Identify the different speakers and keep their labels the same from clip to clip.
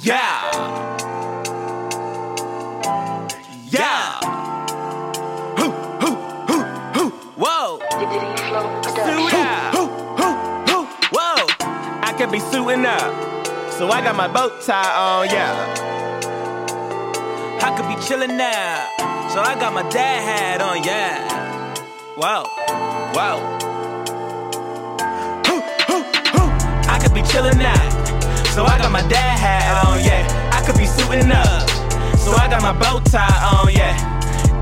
Speaker 1: Yeah. Yeah. Hoo, hoo, hoo, hoo. Whoa. Suit up. Hoo, hoo, hoo, hoo. Whoa. I could be suiting up. So I got my bow tie on, yeah. I could be chilling now. So I got my dad hat on, yeah. Whoa. Whoa. Hoo, hoo, hoo. I could be chillin' out. So I got my dad hat on, yeah. I could be suiting up. So I got my bow tie on, yeah.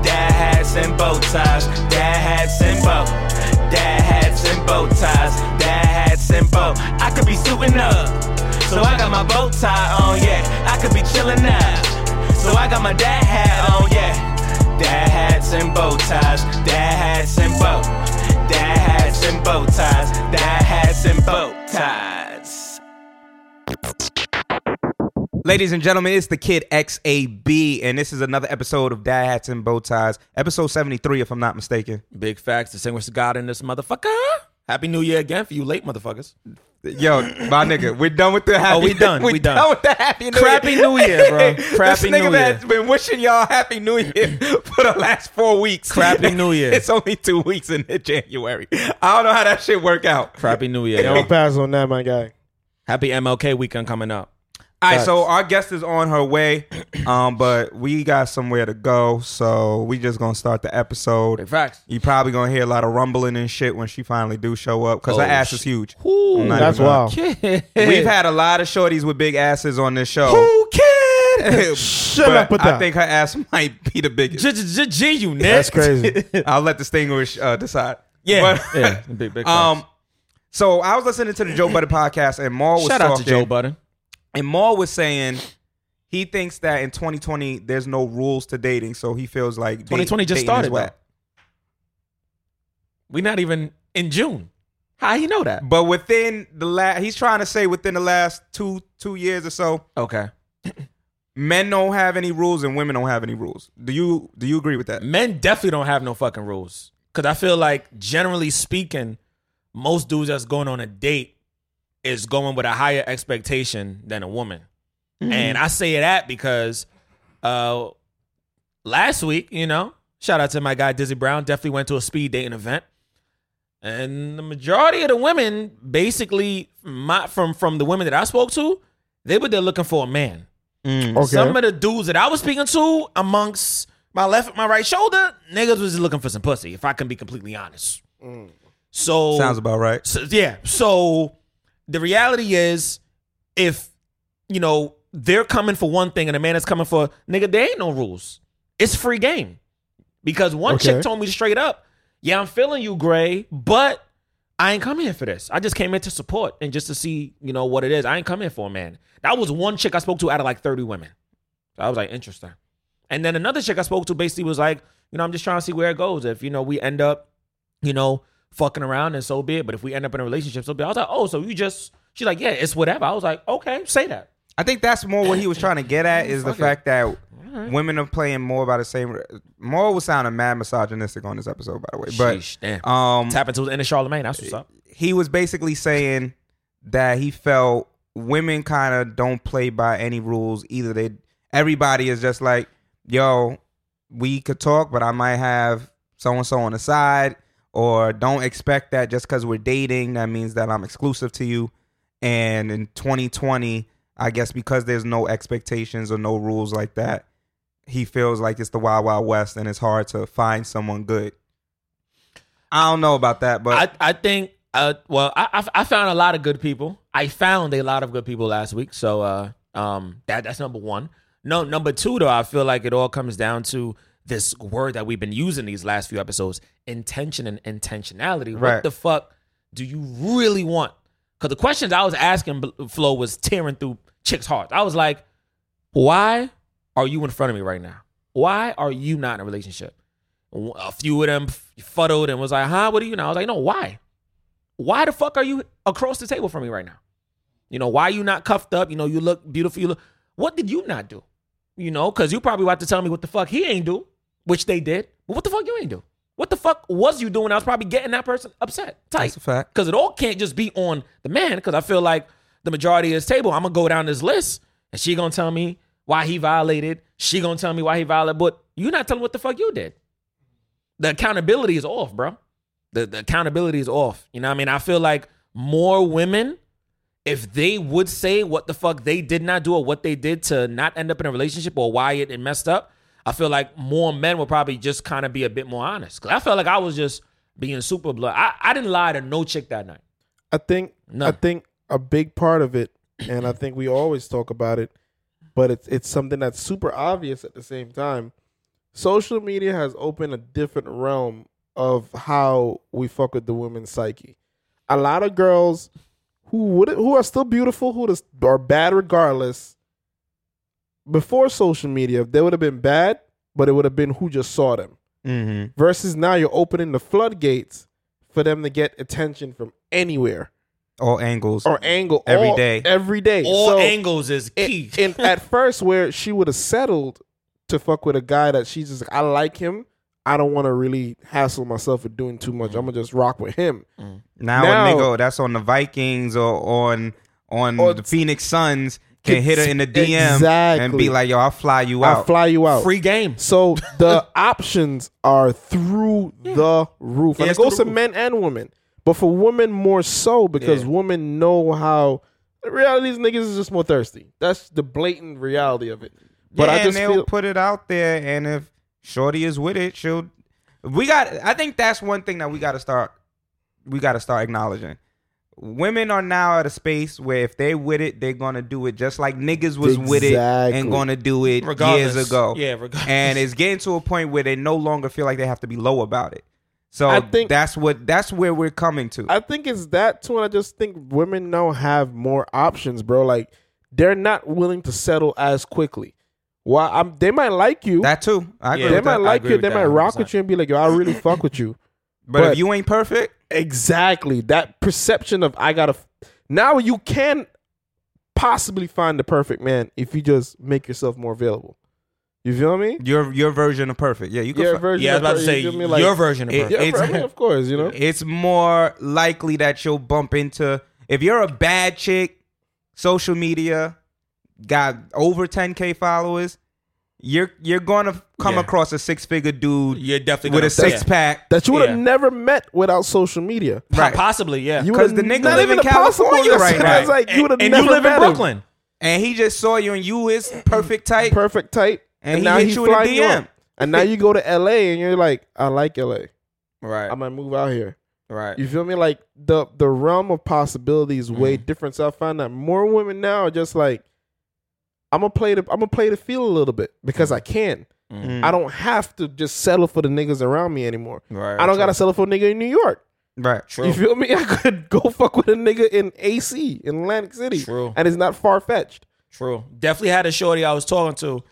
Speaker 1: Dad hats and bow ties. Dad hats and bow. Dad hats and bow ties. Dad hats and bow. I could be suiting up. So I got my bow tie on, yeah. I could be chillin' out. So I got my dad hat on, yeah. Dad hats and bow ties, dad hats and bow, dad hats and bow ties, dad hats and bow ties.
Speaker 2: Ladies and gentlemen, it's the kid XAB, and this is another episode of Dad Hats and Bow Ties, episode 73, if I'm not mistaken.
Speaker 3: Big facts. The same with God in this motherfucker. Happy New Year again for you late motherfuckers.
Speaker 2: Yo, my nigga, we're done with the happy.
Speaker 3: Oh, we done,
Speaker 2: we
Speaker 3: we done.
Speaker 2: done. with the happy New
Speaker 3: Crappy
Speaker 2: Year.
Speaker 3: New Year, bro.
Speaker 2: this
Speaker 3: Crappy
Speaker 2: nigga
Speaker 3: New Year.
Speaker 2: that's been wishing y'all happy New Year for the last four weeks.
Speaker 3: Crappy New Year.
Speaker 2: it's only two weeks in January. I don't know how that shit work out.
Speaker 3: Crappy New Year.
Speaker 4: Don't
Speaker 3: Yo.
Speaker 4: pass on that, my guy.
Speaker 3: Happy MLK weekend coming up.
Speaker 2: All right, so our guest is on her way, um, but we got somewhere to go, so we just gonna start the episode.
Speaker 3: Big facts.
Speaker 2: You probably gonna hear a lot of rumbling and shit when she finally do show up because
Speaker 3: Oh,
Speaker 2: her ass
Speaker 3: shit.
Speaker 2: is huge.
Speaker 3: Ooh,
Speaker 2: I'm not
Speaker 4: That's
Speaker 2: even gonna-
Speaker 4: wild.
Speaker 2: We've had a lot of shorties with big asses on this show.
Speaker 3: Who kid?
Speaker 4: Shut
Speaker 2: but
Speaker 4: up with that.
Speaker 2: I think her ass might be the biggest.
Speaker 3: G you next.
Speaker 4: That's crazy.
Speaker 2: I'll let the distinguish uh, decide.
Speaker 3: Yeah.
Speaker 2: But-
Speaker 3: yeah. Big, big
Speaker 2: um.
Speaker 3: facts.
Speaker 2: So I was listening to the Joe Budden podcast, and Maul was
Speaker 3: Shout out
Speaker 2: talking,
Speaker 3: to Joe Budden.
Speaker 2: and Maul was saying he thinks that in 2020 there's no rules to dating, so he feels like date-
Speaker 3: 2020 just
Speaker 2: dating is
Speaker 3: started,
Speaker 2: whack.
Speaker 3: We not even in June. How you know that?
Speaker 2: But within the last, he's trying to say within the last two two years or so,
Speaker 3: Okay.
Speaker 2: men don't have any rules and women don't have any rules. Do you do you agree with that?
Speaker 3: men definitely don't have no fucking rules. Cause I feel like generally speaking, most dudes that's going on a date is going with a higher expectation than a woman. And I say that because uh last week, you know, shout out to my guy Dizzy Brown, definitely went to a speed dating event. And the majority of the women, basically, my, from from the women that I spoke to, they were there looking for a man.
Speaker 4: Okay.
Speaker 3: Some of the dudes that I was speaking to, amongst my left and my right shoulder, niggas was just looking for some pussy, if I can be completely honest. So
Speaker 2: Sounds about right.
Speaker 3: so, yeah. So the reality is, if you know they're coming for one thing and a man is coming for nigga, there ain't no rules. It's free game. Because one
Speaker 4: Okay.
Speaker 3: chick told me straight up, "Yeah, I'm feeling you, Gray, but I ain't come here for this. I just came in to support and just to see, you know, what it is. I ain't come here for a man." That was one chick I spoke to out of like 30 women. So I was like, interesting. And then another chick I spoke to basically was like, you know, I'm just trying to see where it goes. If you know we end up, you know, fucking around and so be it. But if we end up in a relationship, so be it. I was like, oh, so you just? She's like, yeah, it's whatever. I was like, okay, say that.
Speaker 2: I think that's more what he was trying to get at is the
Speaker 3: Fuck it.
Speaker 2: fact that women are playing more by the same. More was sounding mad misogynistic on this episode, by the way. But
Speaker 3: Sheesh, damn.
Speaker 2: um,
Speaker 3: Tap into the inner Charlemagne. That's what's up.
Speaker 2: he was basically saying that he felt women kind of don't play by any rules either. They everybody is just like, yo, we could talk, but I might have so and so on the side, or don't expect that just because we're dating that means that I'm exclusive to you. And in 2020, I guess because there's no expectations or no rules like that, he feels like it's the wild wild west, and it's hard to find someone good. I don't know about that, but
Speaker 3: I, I think uh well I, I I found a lot of good people. I found a lot of good people last week. So uh um that that's number one. No number two though I feel like it all comes down to this word that we've been using these last few episodes intention and intentionality.
Speaker 2: Right.
Speaker 3: What the fuck do you really want? Because the questions I was asking Bl- Flo was tearing through chicks' hearts. I was like, why are you in front of me right now? Why are you not in a relationship? A few of them fuddled and was like, huh, what are you now? I was like, no, why? Why the fuck are you across the table from me right now? You know, why you not cuffed up? You know, you look beautiful. You look, what did you not do? You know, because you probably about to tell me what the fuck he ain't do, which they did. But what the fuck you ain't do? What the fuck was you doing? I was probably getting that person upset. Tight.
Speaker 2: That's a fact.
Speaker 3: Because it all can't just be on the man. Because I feel like the majority of this table, I'm gonna go down this list and she gonna tell me why he violated. She gonna tell me why he violated. But you're not telling what the fuck you did. The accountability is off, bro. The, the accountability is off. You know what I mean? I feel like more women, if they would say what the fuck they did not do or what they did to not end up in a relationship or why it, it messed up, I feel like more men will probably just kind of be a bit more honest. Cause I felt like I was just being super blunt. I, I didn't lie to no chick that night.
Speaker 4: I think
Speaker 3: No.
Speaker 4: I think a big part of it, and I think we always talk about it, but it's it's something that's super obvious at the same time. Social media has opened a different realm of how we fuck with the women's psyche. A lot of girls who would who are still beautiful, who just are bad regardless. Before social media, they would have been bad, but it would have been who just saw them
Speaker 2: Mm-hmm.
Speaker 4: versus now you're opening the floodgates for them to get attention from anywhere
Speaker 2: All angles.
Speaker 4: or angle
Speaker 2: Every
Speaker 4: all-
Speaker 2: day.
Speaker 4: every day
Speaker 3: All
Speaker 4: So,
Speaker 3: angles is
Speaker 4: it-
Speaker 3: key.
Speaker 4: and at first where she would have settled to fuck with a guy that she's just like, I like him I don't want to really hassle myself with doing too much I'm gonna just rock with him
Speaker 2: Now,
Speaker 4: Now-
Speaker 2: a nigga that's on the Vikings or on on
Speaker 4: Or-
Speaker 2: the Phoenix Suns can hit her in the DM and
Speaker 4: Exactly.
Speaker 2: be like, "Yo, I'll fly you
Speaker 4: I
Speaker 2: out."
Speaker 4: fly you out
Speaker 3: Free game.
Speaker 4: so the options are through the roof
Speaker 2: Hmm.
Speaker 4: and
Speaker 2: Yeah,
Speaker 4: it
Speaker 2: it's through
Speaker 4: goes
Speaker 2: the
Speaker 4: to men and women but for women more so because women know how the reality is niggas is just more thirsty that's the blatant reality of it but
Speaker 2: yeah,
Speaker 4: I just
Speaker 2: and they'll
Speaker 4: feel
Speaker 2: put it out there, and if Shorty is with it, she'll. We got. I think that's one thing that we got to start. We got to start acknowledging. Women are now at a space where if they with it, they're gonna do it just like niggas was with it and
Speaker 4: Exactly.
Speaker 2: gonna do it
Speaker 3: Regardless.
Speaker 2: years ago.
Speaker 3: Yeah, regardless.
Speaker 2: And it's getting to a point where they no longer feel like they have to be low about it. So
Speaker 4: I think-
Speaker 2: that's what that's where we're coming to.
Speaker 4: I think it's that too and I just think women now have more options bro like they're not willing to settle as quickly why I'm they might like you
Speaker 2: that too. I agree
Speaker 3: Yeah,
Speaker 4: they
Speaker 2: with
Speaker 4: might
Speaker 2: that.
Speaker 3: I
Speaker 4: like
Speaker 3: agree
Speaker 4: you
Speaker 3: with
Speaker 4: they
Speaker 3: that
Speaker 4: might rock
Speaker 3: 100%.
Speaker 4: with you and be like yo I really fuck with you
Speaker 2: but,
Speaker 4: but-
Speaker 2: if you ain't perfect,
Speaker 4: Exactly. That perception of I gotta now you can possibly find the perfect man if you just make yourself more available. You feel me?
Speaker 2: your your version of perfect. Yeah, you can.
Speaker 4: Your
Speaker 2: fi-
Speaker 4: version
Speaker 3: yeah, I was
Speaker 4: of
Speaker 3: about to
Speaker 4: per-
Speaker 3: say
Speaker 4: you feel me? Like-
Speaker 3: your version of
Speaker 2: It-
Speaker 3: perfect.
Speaker 4: Yeah,
Speaker 2: it's-
Speaker 4: I mean, of course, you know.
Speaker 2: it's more likely that you'll bump into if you're a bad chick, social media, got over 10k followers, you're you're gonna come
Speaker 3: Yeah.
Speaker 2: across a six figure dude
Speaker 3: You're definitely
Speaker 2: with
Speaker 3: gonna-
Speaker 2: a six pack.
Speaker 4: that you would have
Speaker 3: yeah.
Speaker 4: never met without social media.
Speaker 3: Po-
Speaker 2: Right.
Speaker 3: Possibly, yeah.
Speaker 4: You
Speaker 2: 'Cause
Speaker 4: would've
Speaker 2: the nigga
Speaker 4: not
Speaker 2: live in
Speaker 4: even possible.
Speaker 2: California
Speaker 4: That's
Speaker 2: right
Speaker 4: what I was
Speaker 2: now.
Speaker 4: like, you
Speaker 3: and,
Speaker 4: would have
Speaker 3: and
Speaker 4: never
Speaker 3: you live in
Speaker 4: met him.
Speaker 3: Brooklyn.
Speaker 2: And he just saw you and you is perfect type.
Speaker 4: Perfect type.
Speaker 2: And he hit
Speaker 4: he's
Speaker 2: you in a
Speaker 4: flying
Speaker 2: DM.
Speaker 4: out. And now you go to LA and you're like, I like LA.
Speaker 2: Right.
Speaker 4: I might move out here.
Speaker 2: Right.
Speaker 4: You feel me? Like the the realm of possibilities is
Speaker 3: Mm.
Speaker 4: way different. So I find that more women now are just like, I'm gonna play the I'm gonna play the field a little bit because I can.
Speaker 2: Mm.
Speaker 4: I don't have to just settle for the niggas around me anymore.
Speaker 2: Right.
Speaker 4: I don't gotta settle for a nigga in New York.
Speaker 2: Right.
Speaker 4: You feel me? I could go fuck with a nigga in AC in Atlantic City,
Speaker 3: True.
Speaker 4: and it's not far fetched.
Speaker 3: True. Definitely had a shorty I was talking to.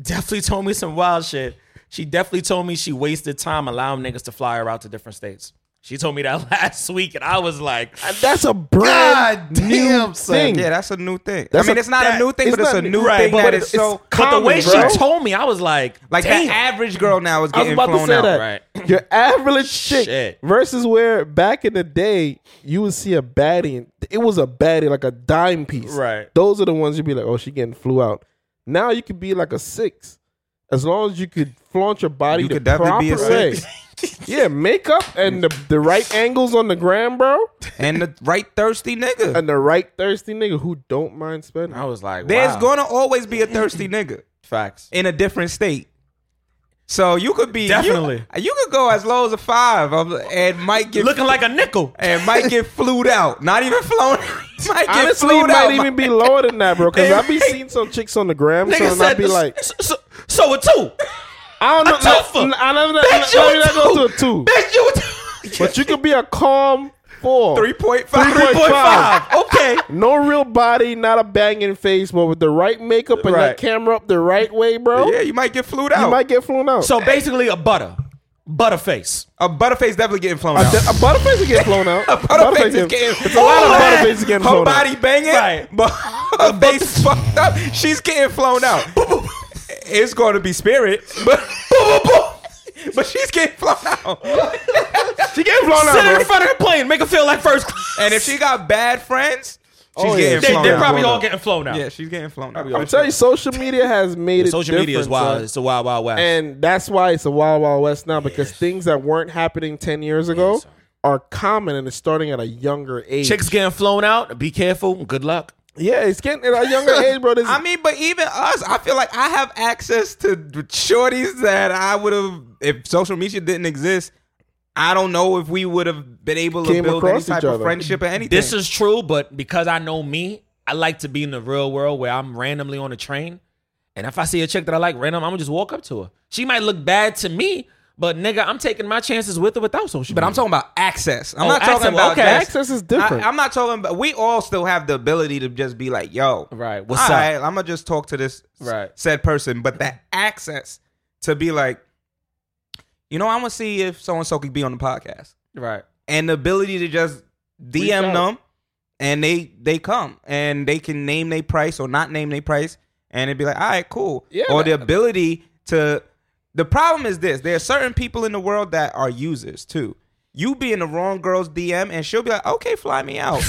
Speaker 3: Definitely told me some wild shit. She definitely told me she wasted time allowing niggas to fly her out to different states. She told me that last week, and I was like,
Speaker 4: That's a brand
Speaker 3: God
Speaker 4: new
Speaker 3: damn, son.
Speaker 4: thing.
Speaker 2: Yeah, that's a new thing.
Speaker 4: That's
Speaker 2: I mean,
Speaker 4: a-
Speaker 2: it's not
Speaker 4: that-
Speaker 2: a new thing,
Speaker 4: it's
Speaker 2: but it's a
Speaker 4: not-
Speaker 2: new
Speaker 3: right,
Speaker 2: thing
Speaker 3: but
Speaker 2: that
Speaker 4: it-
Speaker 2: is
Speaker 4: it's
Speaker 2: so
Speaker 3: but the
Speaker 4: common,
Speaker 3: way
Speaker 4: bro.
Speaker 3: she told me, I was like,
Speaker 2: like
Speaker 3: damn.
Speaker 2: the average girl now is
Speaker 4: I was
Speaker 2: getting
Speaker 4: about to
Speaker 2: flown
Speaker 4: say
Speaker 2: out.
Speaker 4: that.
Speaker 3: Right.
Speaker 4: Your average chick
Speaker 3: Shit.
Speaker 4: versus where back in the day you would see a baddie, and it was a baddie like a dime piece.
Speaker 3: Right.
Speaker 4: Those are the ones you'd be like, oh, she getting flew out. Now you could be like a six, as long as you could flaunt your body
Speaker 2: You
Speaker 4: the
Speaker 2: could definitely be a
Speaker 4: proper way. yeah, makeup and the, the right angles on the gram, bro,
Speaker 2: And the right thirsty nigga.
Speaker 4: and the right thirsty nigga who don't mind spending.
Speaker 3: I was like,
Speaker 2: There's
Speaker 3: wow.
Speaker 2: gonna always be a thirsty nigga
Speaker 3: facts.
Speaker 2: in a different state. So you could be you-
Speaker 3: Definitely.
Speaker 2: You, could go as low as a five of- and might get
Speaker 3: Looking like a nickel.
Speaker 2: and might get flued out. Not even flown. might get
Speaker 4: Honestly, it
Speaker 2: flued
Speaker 4: might
Speaker 2: out.
Speaker 4: even be lower than that, bro. Because I be seeing some chicks on the gram, so
Speaker 3: Nigga
Speaker 4: and I
Speaker 3: said,
Speaker 4: be like,
Speaker 3: so, so, so a two.
Speaker 4: I don't know.
Speaker 3: A twofer.
Speaker 4: no, I don't know.
Speaker 3: Bitch,
Speaker 4: no,
Speaker 3: you
Speaker 4: no,
Speaker 3: a
Speaker 4: no, no, to a two.
Speaker 3: Bitch, you a
Speaker 4: But you could be a calm four.
Speaker 2: three point five.
Speaker 4: 3.5.
Speaker 3: 3.5. Okay.
Speaker 4: No real body, not a banging face, but with the right makeup and
Speaker 3: Right.
Speaker 4: that camera up the right way, bro,
Speaker 2: Yeah, you might get flued out.
Speaker 4: you might get flown out.
Speaker 3: So basically, a butter. Butter face.
Speaker 2: a butterface definitely getting flown
Speaker 4: a,
Speaker 2: out.
Speaker 4: de- a butterface would get flown out.
Speaker 2: Butterface is getting
Speaker 4: It's a lot of
Speaker 2: Oh, man.
Speaker 4: butterfaces getting
Speaker 2: Her
Speaker 4: flown out.
Speaker 2: body banging,
Speaker 3: Right.
Speaker 2: but her face fucked up. She's getting flown out. it's going to be spirit, but but she's getting flown out.
Speaker 4: She getting flown
Speaker 3: Sit her
Speaker 4: out,
Speaker 3: in
Speaker 4: bro.
Speaker 3: front of the plane. Make her feel like first class.
Speaker 2: And if she got bad friends, She's
Speaker 4: Oh,
Speaker 2: getting
Speaker 4: yeah.
Speaker 3: They,
Speaker 2: flown
Speaker 3: they're
Speaker 2: out.
Speaker 3: probably
Speaker 2: Flown
Speaker 3: all
Speaker 2: out.
Speaker 3: getting flown out.
Speaker 2: Yeah, she's getting flown out.
Speaker 3: Probably
Speaker 4: I'm telling you, social media has made
Speaker 3: The
Speaker 4: it.
Speaker 3: social media is
Speaker 4: different,
Speaker 3: wild.
Speaker 4: son.
Speaker 3: It's a wild, wild west.
Speaker 4: and that's why it's a wild, wild west now because
Speaker 3: Yes.
Speaker 4: things that weren't happening ten years ago
Speaker 3: Yes, sir.
Speaker 4: are common and it's starting at a younger age.
Speaker 3: Chicks getting flown out. Be careful. Good luck.
Speaker 4: yeah, it's getting at a younger age, bro. This,
Speaker 2: I mean, but even us, I feel like I have access to shorties that I would have if social media didn't exist. I don't know if we would have been able to
Speaker 4: Came
Speaker 2: build any
Speaker 4: across
Speaker 2: type
Speaker 4: each
Speaker 2: of
Speaker 4: other.
Speaker 2: friendship or anything.
Speaker 3: This is true, but because I know me, I like to be in the real world where I'm randomly on a train. And if I see a chick that I like random, I'm gonna just walk up to her. She might look bad to me, but nigga, I'm taking my chances with or without social
Speaker 2: but
Speaker 3: media.
Speaker 2: I'm talking about access. I'm
Speaker 3: Oh,
Speaker 2: not talking
Speaker 3: access.
Speaker 2: about
Speaker 3: Okay.
Speaker 2: just-
Speaker 4: access is different.
Speaker 2: I, am not talking about. We all still have the ability to just be like, "Yo,
Speaker 3: Right, what's up?
Speaker 2: I'm gonna just talk to this s-
Speaker 3: Right.
Speaker 2: said person." But that access to be like, you know, I'm gonna see if so and so could be on the podcast,
Speaker 3: right.
Speaker 2: and the ability to just DM
Speaker 4: out.
Speaker 2: them, and they they come and they can name their price or not name their price, and it'd be like, "All right, cool."
Speaker 4: Yeah,
Speaker 2: or
Speaker 4: that-
Speaker 2: the ability to. The problem is this: there are certain people in the world that are users too. You be in the wrong girl's DM, and she'll be like, "Okay, fly me out."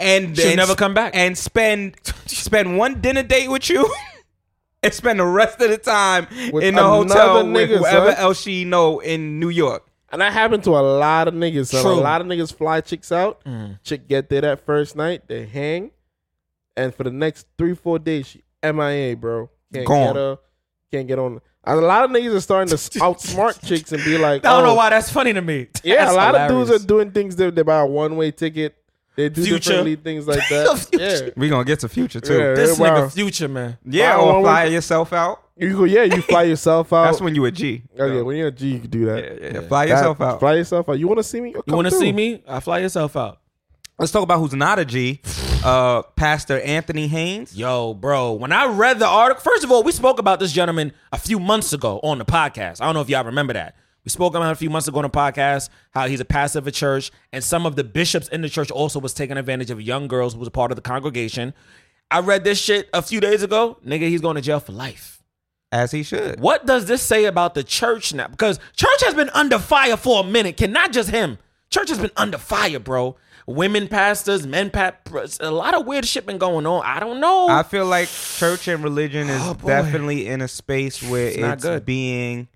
Speaker 2: and
Speaker 3: She'll
Speaker 2: and
Speaker 3: never
Speaker 2: s-
Speaker 3: come back.
Speaker 2: and spend spend one dinner date with you and spend the rest of the time
Speaker 4: With
Speaker 2: in the hotel
Speaker 4: another
Speaker 2: with
Speaker 4: nigga,
Speaker 2: whoever
Speaker 4: son.
Speaker 2: else she know in New York.
Speaker 4: And that happened to a lot of niggas. son.
Speaker 3: True.
Speaker 4: A lot of niggas fly chicks out. Chick get there that first night, they hang, and for the next three, four days, she MIA, bro. Can't
Speaker 2: Gone.
Speaker 4: get her, can't get on. And a lot of niggas are starting to outsmart chicks and be like,
Speaker 3: I don't
Speaker 4: oh,
Speaker 3: know why that's funny to me.
Speaker 4: Yeah,
Speaker 3: That's
Speaker 4: a lot
Speaker 3: hilarious.
Speaker 4: of dudes are doing things that they buy a one way ticket. They do
Speaker 3: Future.
Speaker 4: differently things like that. yeah.
Speaker 2: We gonna get to future too.
Speaker 4: Yeah.
Speaker 3: This
Speaker 4: Wow.
Speaker 3: nigga future man.
Speaker 2: Yeah,
Speaker 4: Why
Speaker 2: or
Speaker 4: won't
Speaker 2: fly
Speaker 4: we-
Speaker 2: yourself out.
Speaker 4: You go, yeah, you fly yourself out.
Speaker 2: That's when you a G.
Speaker 4: oh, yeah, when you're a G, you can do that.
Speaker 2: yeah, yeah, yeah. Fly yourself
Speaker 4: That-
Speaker 2: out.
Speaker 4: Fly yourself out. You want to see me?
Speaker 3: You want to see me? I fly yourself out.
Speaker 2: Let's talk about who's not a G. Uh, Pastor Anthony Haynes.
Speaker 3: Yo, bro, when I read the article, first of all, we spoke about this gentleman a few months ago on the podcast. I don't know if y'all remember that. We spoke about him a few months ago on the podcast, how he's a pastor of a church, and some of the bishops in the church also was taking advantage of young girls who was a part of the congregation. I read this shit a few days ago. Nigga, he's going to jail for life.
Speaker 2: As he should.
Speaker 3: What does this say about the church now? Because church has been under fire for a minute. Can not just him. Church has been under fire, bro. Women pastors, men pastors, a lot of weird shit been going on. I don't know.
Speaker 2: I feel like church and religion is
Speaker 3: Oh, boy.
Speaker 2: definitely in a space where
Speaker 3: It's
Speaker 2: it's,
Speaker 3: not good.
Speaker 2: being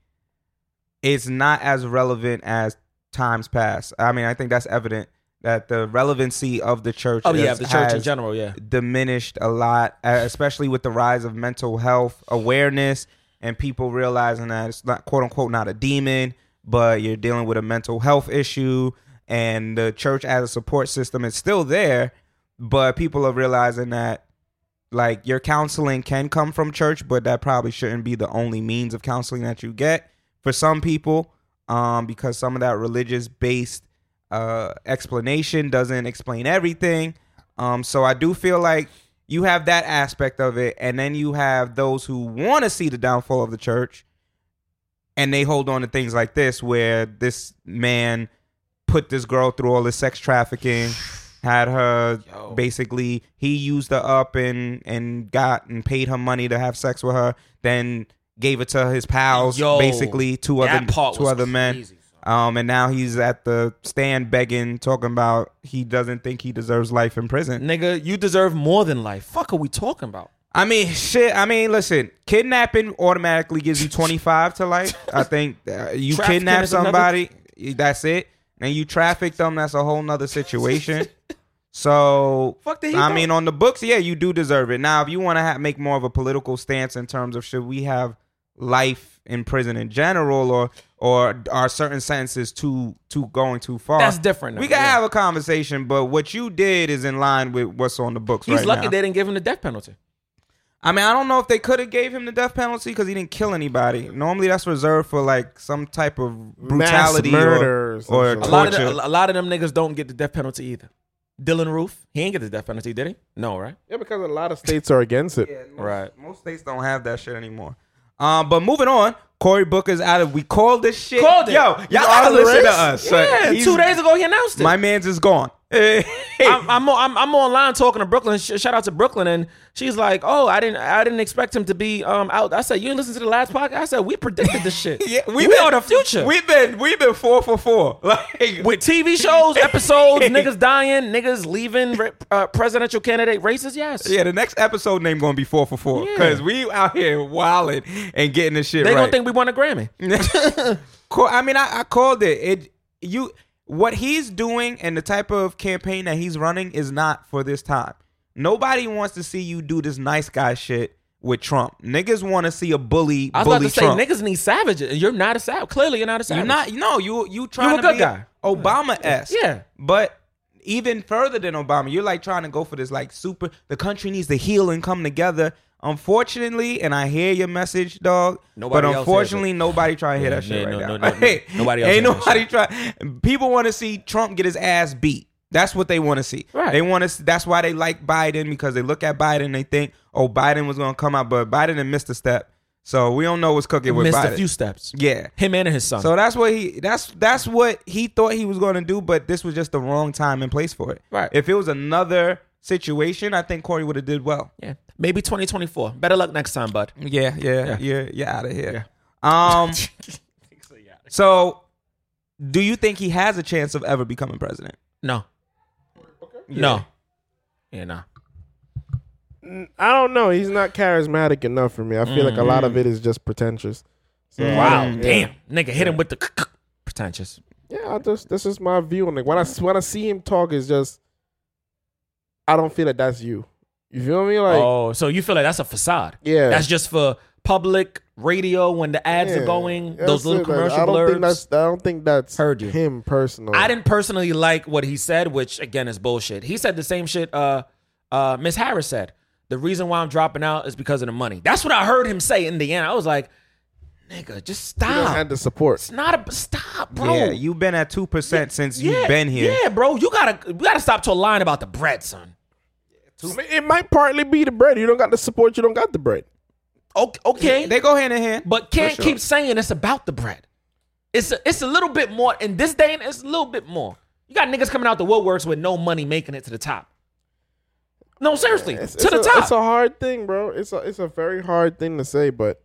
Speaker 2: it's not as relevant as times past. I mean, I think that's evident that the relevancy of the church
Speaker 3: Oh yeah,
Speaker 2: is-
Speaker 3: the church in
Speaker 2: has
Speaker 3: general, yeah.
Speaker 2: diminished a lot, uh, especially with the rise of mental health awareness and people realizing that it's not quote unquote not a demon, but you're dealing with a mental health issue, and the church as a support system is still there, but people are realizing that like your counseling can come from church, but that probably shouldn't be the only means of counseling that you get for some people, um, because some of that religious based uh, explanation doesn't explain everything. Um, so I do feel like you have that aspect of it, and then you have those who want to see the downfall of the church, and they hold on to things like this, where this man put this girl through all this sex trafficking, had her
Speaker 3: Yo.
Speaker 2: basically he used her up and and got and paid her money to have sex with her, then gave it to his pals,
Speaker 3: Yo,
Speaker 2: basically two
Speaker 3: that
Speaker 2: other
Speaker 3: part
Speaker 2: two
Speaker 3: was
Speaker 2: other men.
Speaker 3: crazy, son.
Speaker 2: Um, and now he's at the stand begging, talking about he doesn't think he deserves life in prison.
Speaker 3: Nigga, you deserve more than life. Fuck are we talking about?
Speaker 2: I mean, shit. I mean, listen, kidnapping automatically gives you 25 to life. I think uh, you
Speaker 3: Trafficking
Speaker 2: kidnap
Speaker 3: is another-
Speaker 2: somebody, that's it. And you traffic them, that's a whole nother situation. so,
Speaker 3: Fuck did he
Speaker 2: I
Speaker 3: do?
Speaker 2: mean, on the books, yeah, you do deserve it. Now, if you want to ha- make more of a political stance in terms of should we have life in prison in general or or are certain sentences too too going too far
Speaker 3: That's different, though,
Speaker 2: we can
Speaker 3: yeah.
Speaker 2: have a conversation but what you did is in line with what's on the books
Speaker 3: He's
Speaker 2: right
Speaker 3: lucky
Speaker 2: now.
Speaker 3: they didn't give him the death penalty.
Speaker 2: I mean, I don't know if they could have gave him the death penalty because he didn't kill anybody. Normally, that's reserved for like some type of brutality or-
Speaker 4: murder or some
Speaker 2: or,
Speaker 4: shit.
Speaker 3: A lot, of
Speaker 2: torture.
Speaker 3: the, a lot of them niggas don't get the death penalty either. Dylan Roof, he ain't get the death penalty, did he? No, right?
Speaker 4: Yeah, because a lot of states are against it.
Speaker 2: Yeah, most,
Speaker 3: Right.
Speaker 2: Most states don't have that shit anymore. Um, but moving on, Cory Booker's out of. We called this shit.
Speaker 3: Called it.
Speaker 2: Yo, y'all
Speaker 4: out
Speaker 2: gotta
Speaker 4: of the
Speaker 2: listen
Speaker 4: race?
Speaker 2: to us. son.
Speaker 3: yeah,
Speaker 2: He's-
Speaker 3: two days ago he announced it.
Speaker 2: My man's is gone.
Speaker 3: I'm, I'm, on- I'm I'm online talking to Brooklyn. Sh- Shout out to Brooklyn, and she's like, "Oh, I didn't I didn't expect him to be um out." I said, "You didn't listen to the last podcast." I said, "We predicted this shit.
Speaker 2: Yeah,
Speaker 3: we,
Speaker 2: been-
Speaker 3: are the future.
Speaker 2: We've been we've been four for four. Like
Speaker 3: with TV shows, episodes, niggas dying, niggas leaving, re- uh, presidential candidate races. Yes,
Speaker 2: yeah, the next episode name gonna be four for four
Speaker 3: Yeah.
Speaker 2: because we out here wilding and getting this shit
Speaker 3: they
Speaker 2: right.
Speaker 3: gonna think we won a Grammy.
Speaker 2: Cool. I mean, I, I called it. It you what he's doing and the type of campaign that he's running is not for this time. Nobody wants to see you do this nice guy shit with Trump. Niggas want to see a bully.
Speaker 3: I was
Speaker 2: bully
Speaker 3: about to say,
Speaker 2: Trump.
Speaker 3: niggas need savages. and You're not a savage. Clearly, you're not a savage.
Speaker 2: You're not. No, you you trying to
Speaker 3: a good
Speaker 2: be
Speaker 3: guy.
Speaker 2: Obama esque.
Speaker 3: Yeah.
Speaker 2: But even further than Obama, you're like trying to go for this like super. The country needs to heal and come together. Unfortunately, and I hear your message, dog.
Speaker 3: Nobody
Speaker 2: but
Speaker 3: else hears
Speaker 2: unfortunately, nobody trying to hear
Speaker 3: Yeah,
Speaker 2: that shit
Speaker 3: no,
Speaker 2: right
Speaker 3: no,
Speaker 2: now.
Speaker 3: no, no, no. Nobody else
Speaker 2: Ain't
Speaker 3: hears that
Speaker 2: nobody trying. People want to see Trump get his ass beat. That's what they want to see.
Speaker 3: Right.
Speaker 2: They want to. That's why they like Biden because they look at Biden and they think, oh, Biden was going to come out, but Biden and missed a step. So we don't know what's cooking with
Speaker 3: missed
Speaker 2: Biden.
Speaker 3: a few steps.
Speaker 2: yeah.
Speaker 3: Him and his son.
Speaker 2: So that's what he that's that's what he thought he was going to do, but this was just the wrong time and place for it.
Speaker 3: Right.
Speaker 2: If it was another situation, I think Corey would have did well.
Speaker 3: yeah, maybe 2024. Better luck next time, bud.
Speaker 2: Yeah, yeah, yeah, yeah, out of here. Um. so, do you think he has a chance of ever becoming president?
Speaker 3: No. No. Yeah, no.
Speaker 4: I don't know. He's not charismatic enough for me. I feel like a lot of it is just pretentious. So,
Speaker 3: Mm-hmm. Wow,
Speaker 4: Mm, yeah.
Speaker 3: damn, nigga, hit him with the pretentious.
Speaker 4: Yeah, I just this is my view on it. When I when I see him talk, it's just I don't feel that that's you. You feel me? Like
Speaker 3: oh, so you feel like that's a facade?
Speaker 4: Yeah.
Speaker 3: that's just for public radio when the ads
Speaker 4: yeah,
Speaker 3: are going.
Speaker 4: that's
Speaker 3: Those little
Speaker 4: it. Like,
Speaker 3: commercial
Speaker 4: I don't
Speaker 3: blurbs.
Speaker 4: think that's I don't think that's
Speaker 3: Heard you.
Speaker 4: him personally.
Speaker 3: I didn't personally like what he said, which again is bullshit. He said the same shit uh uh Miss Harris said. The reason why I'm dropping out is because of the money. That's what I heard him say in the end. I was like, nigga, just
Speaker 4: He doesn't
Speaker 3: stop.
Speaker 4: have the support.
Speaker 3: it's not a stop, bro.
Speaker 2: Yeah, you've been at two percent since you've been here.
Speaker 3: Yeah, bro. You gotta we gotta stop to a line about the bread, son.
Speaker 4: It might partly be the bread. You don't got the support. You don't got the bread.
Speaker 3: Okay, okay.
Speaker 2: They go hand in hand.
Speaker 3: but can't
Speaker 2: For sure.
Speaker 3: keep saying it's about the bread. It's a, it's a little bit more in this day and it's a little bit more. You got niggas coming out the woodworks with no money making it to the top. No, seriously,
Speaker 4: It's,
Speaker 3: to
Speaker 4: it's
Speaker 3: the
Speaker 4: a,
Speaker 3: top.
Speaker 4: It's a hard thing, bro. It's a it's a very hard thing to say, but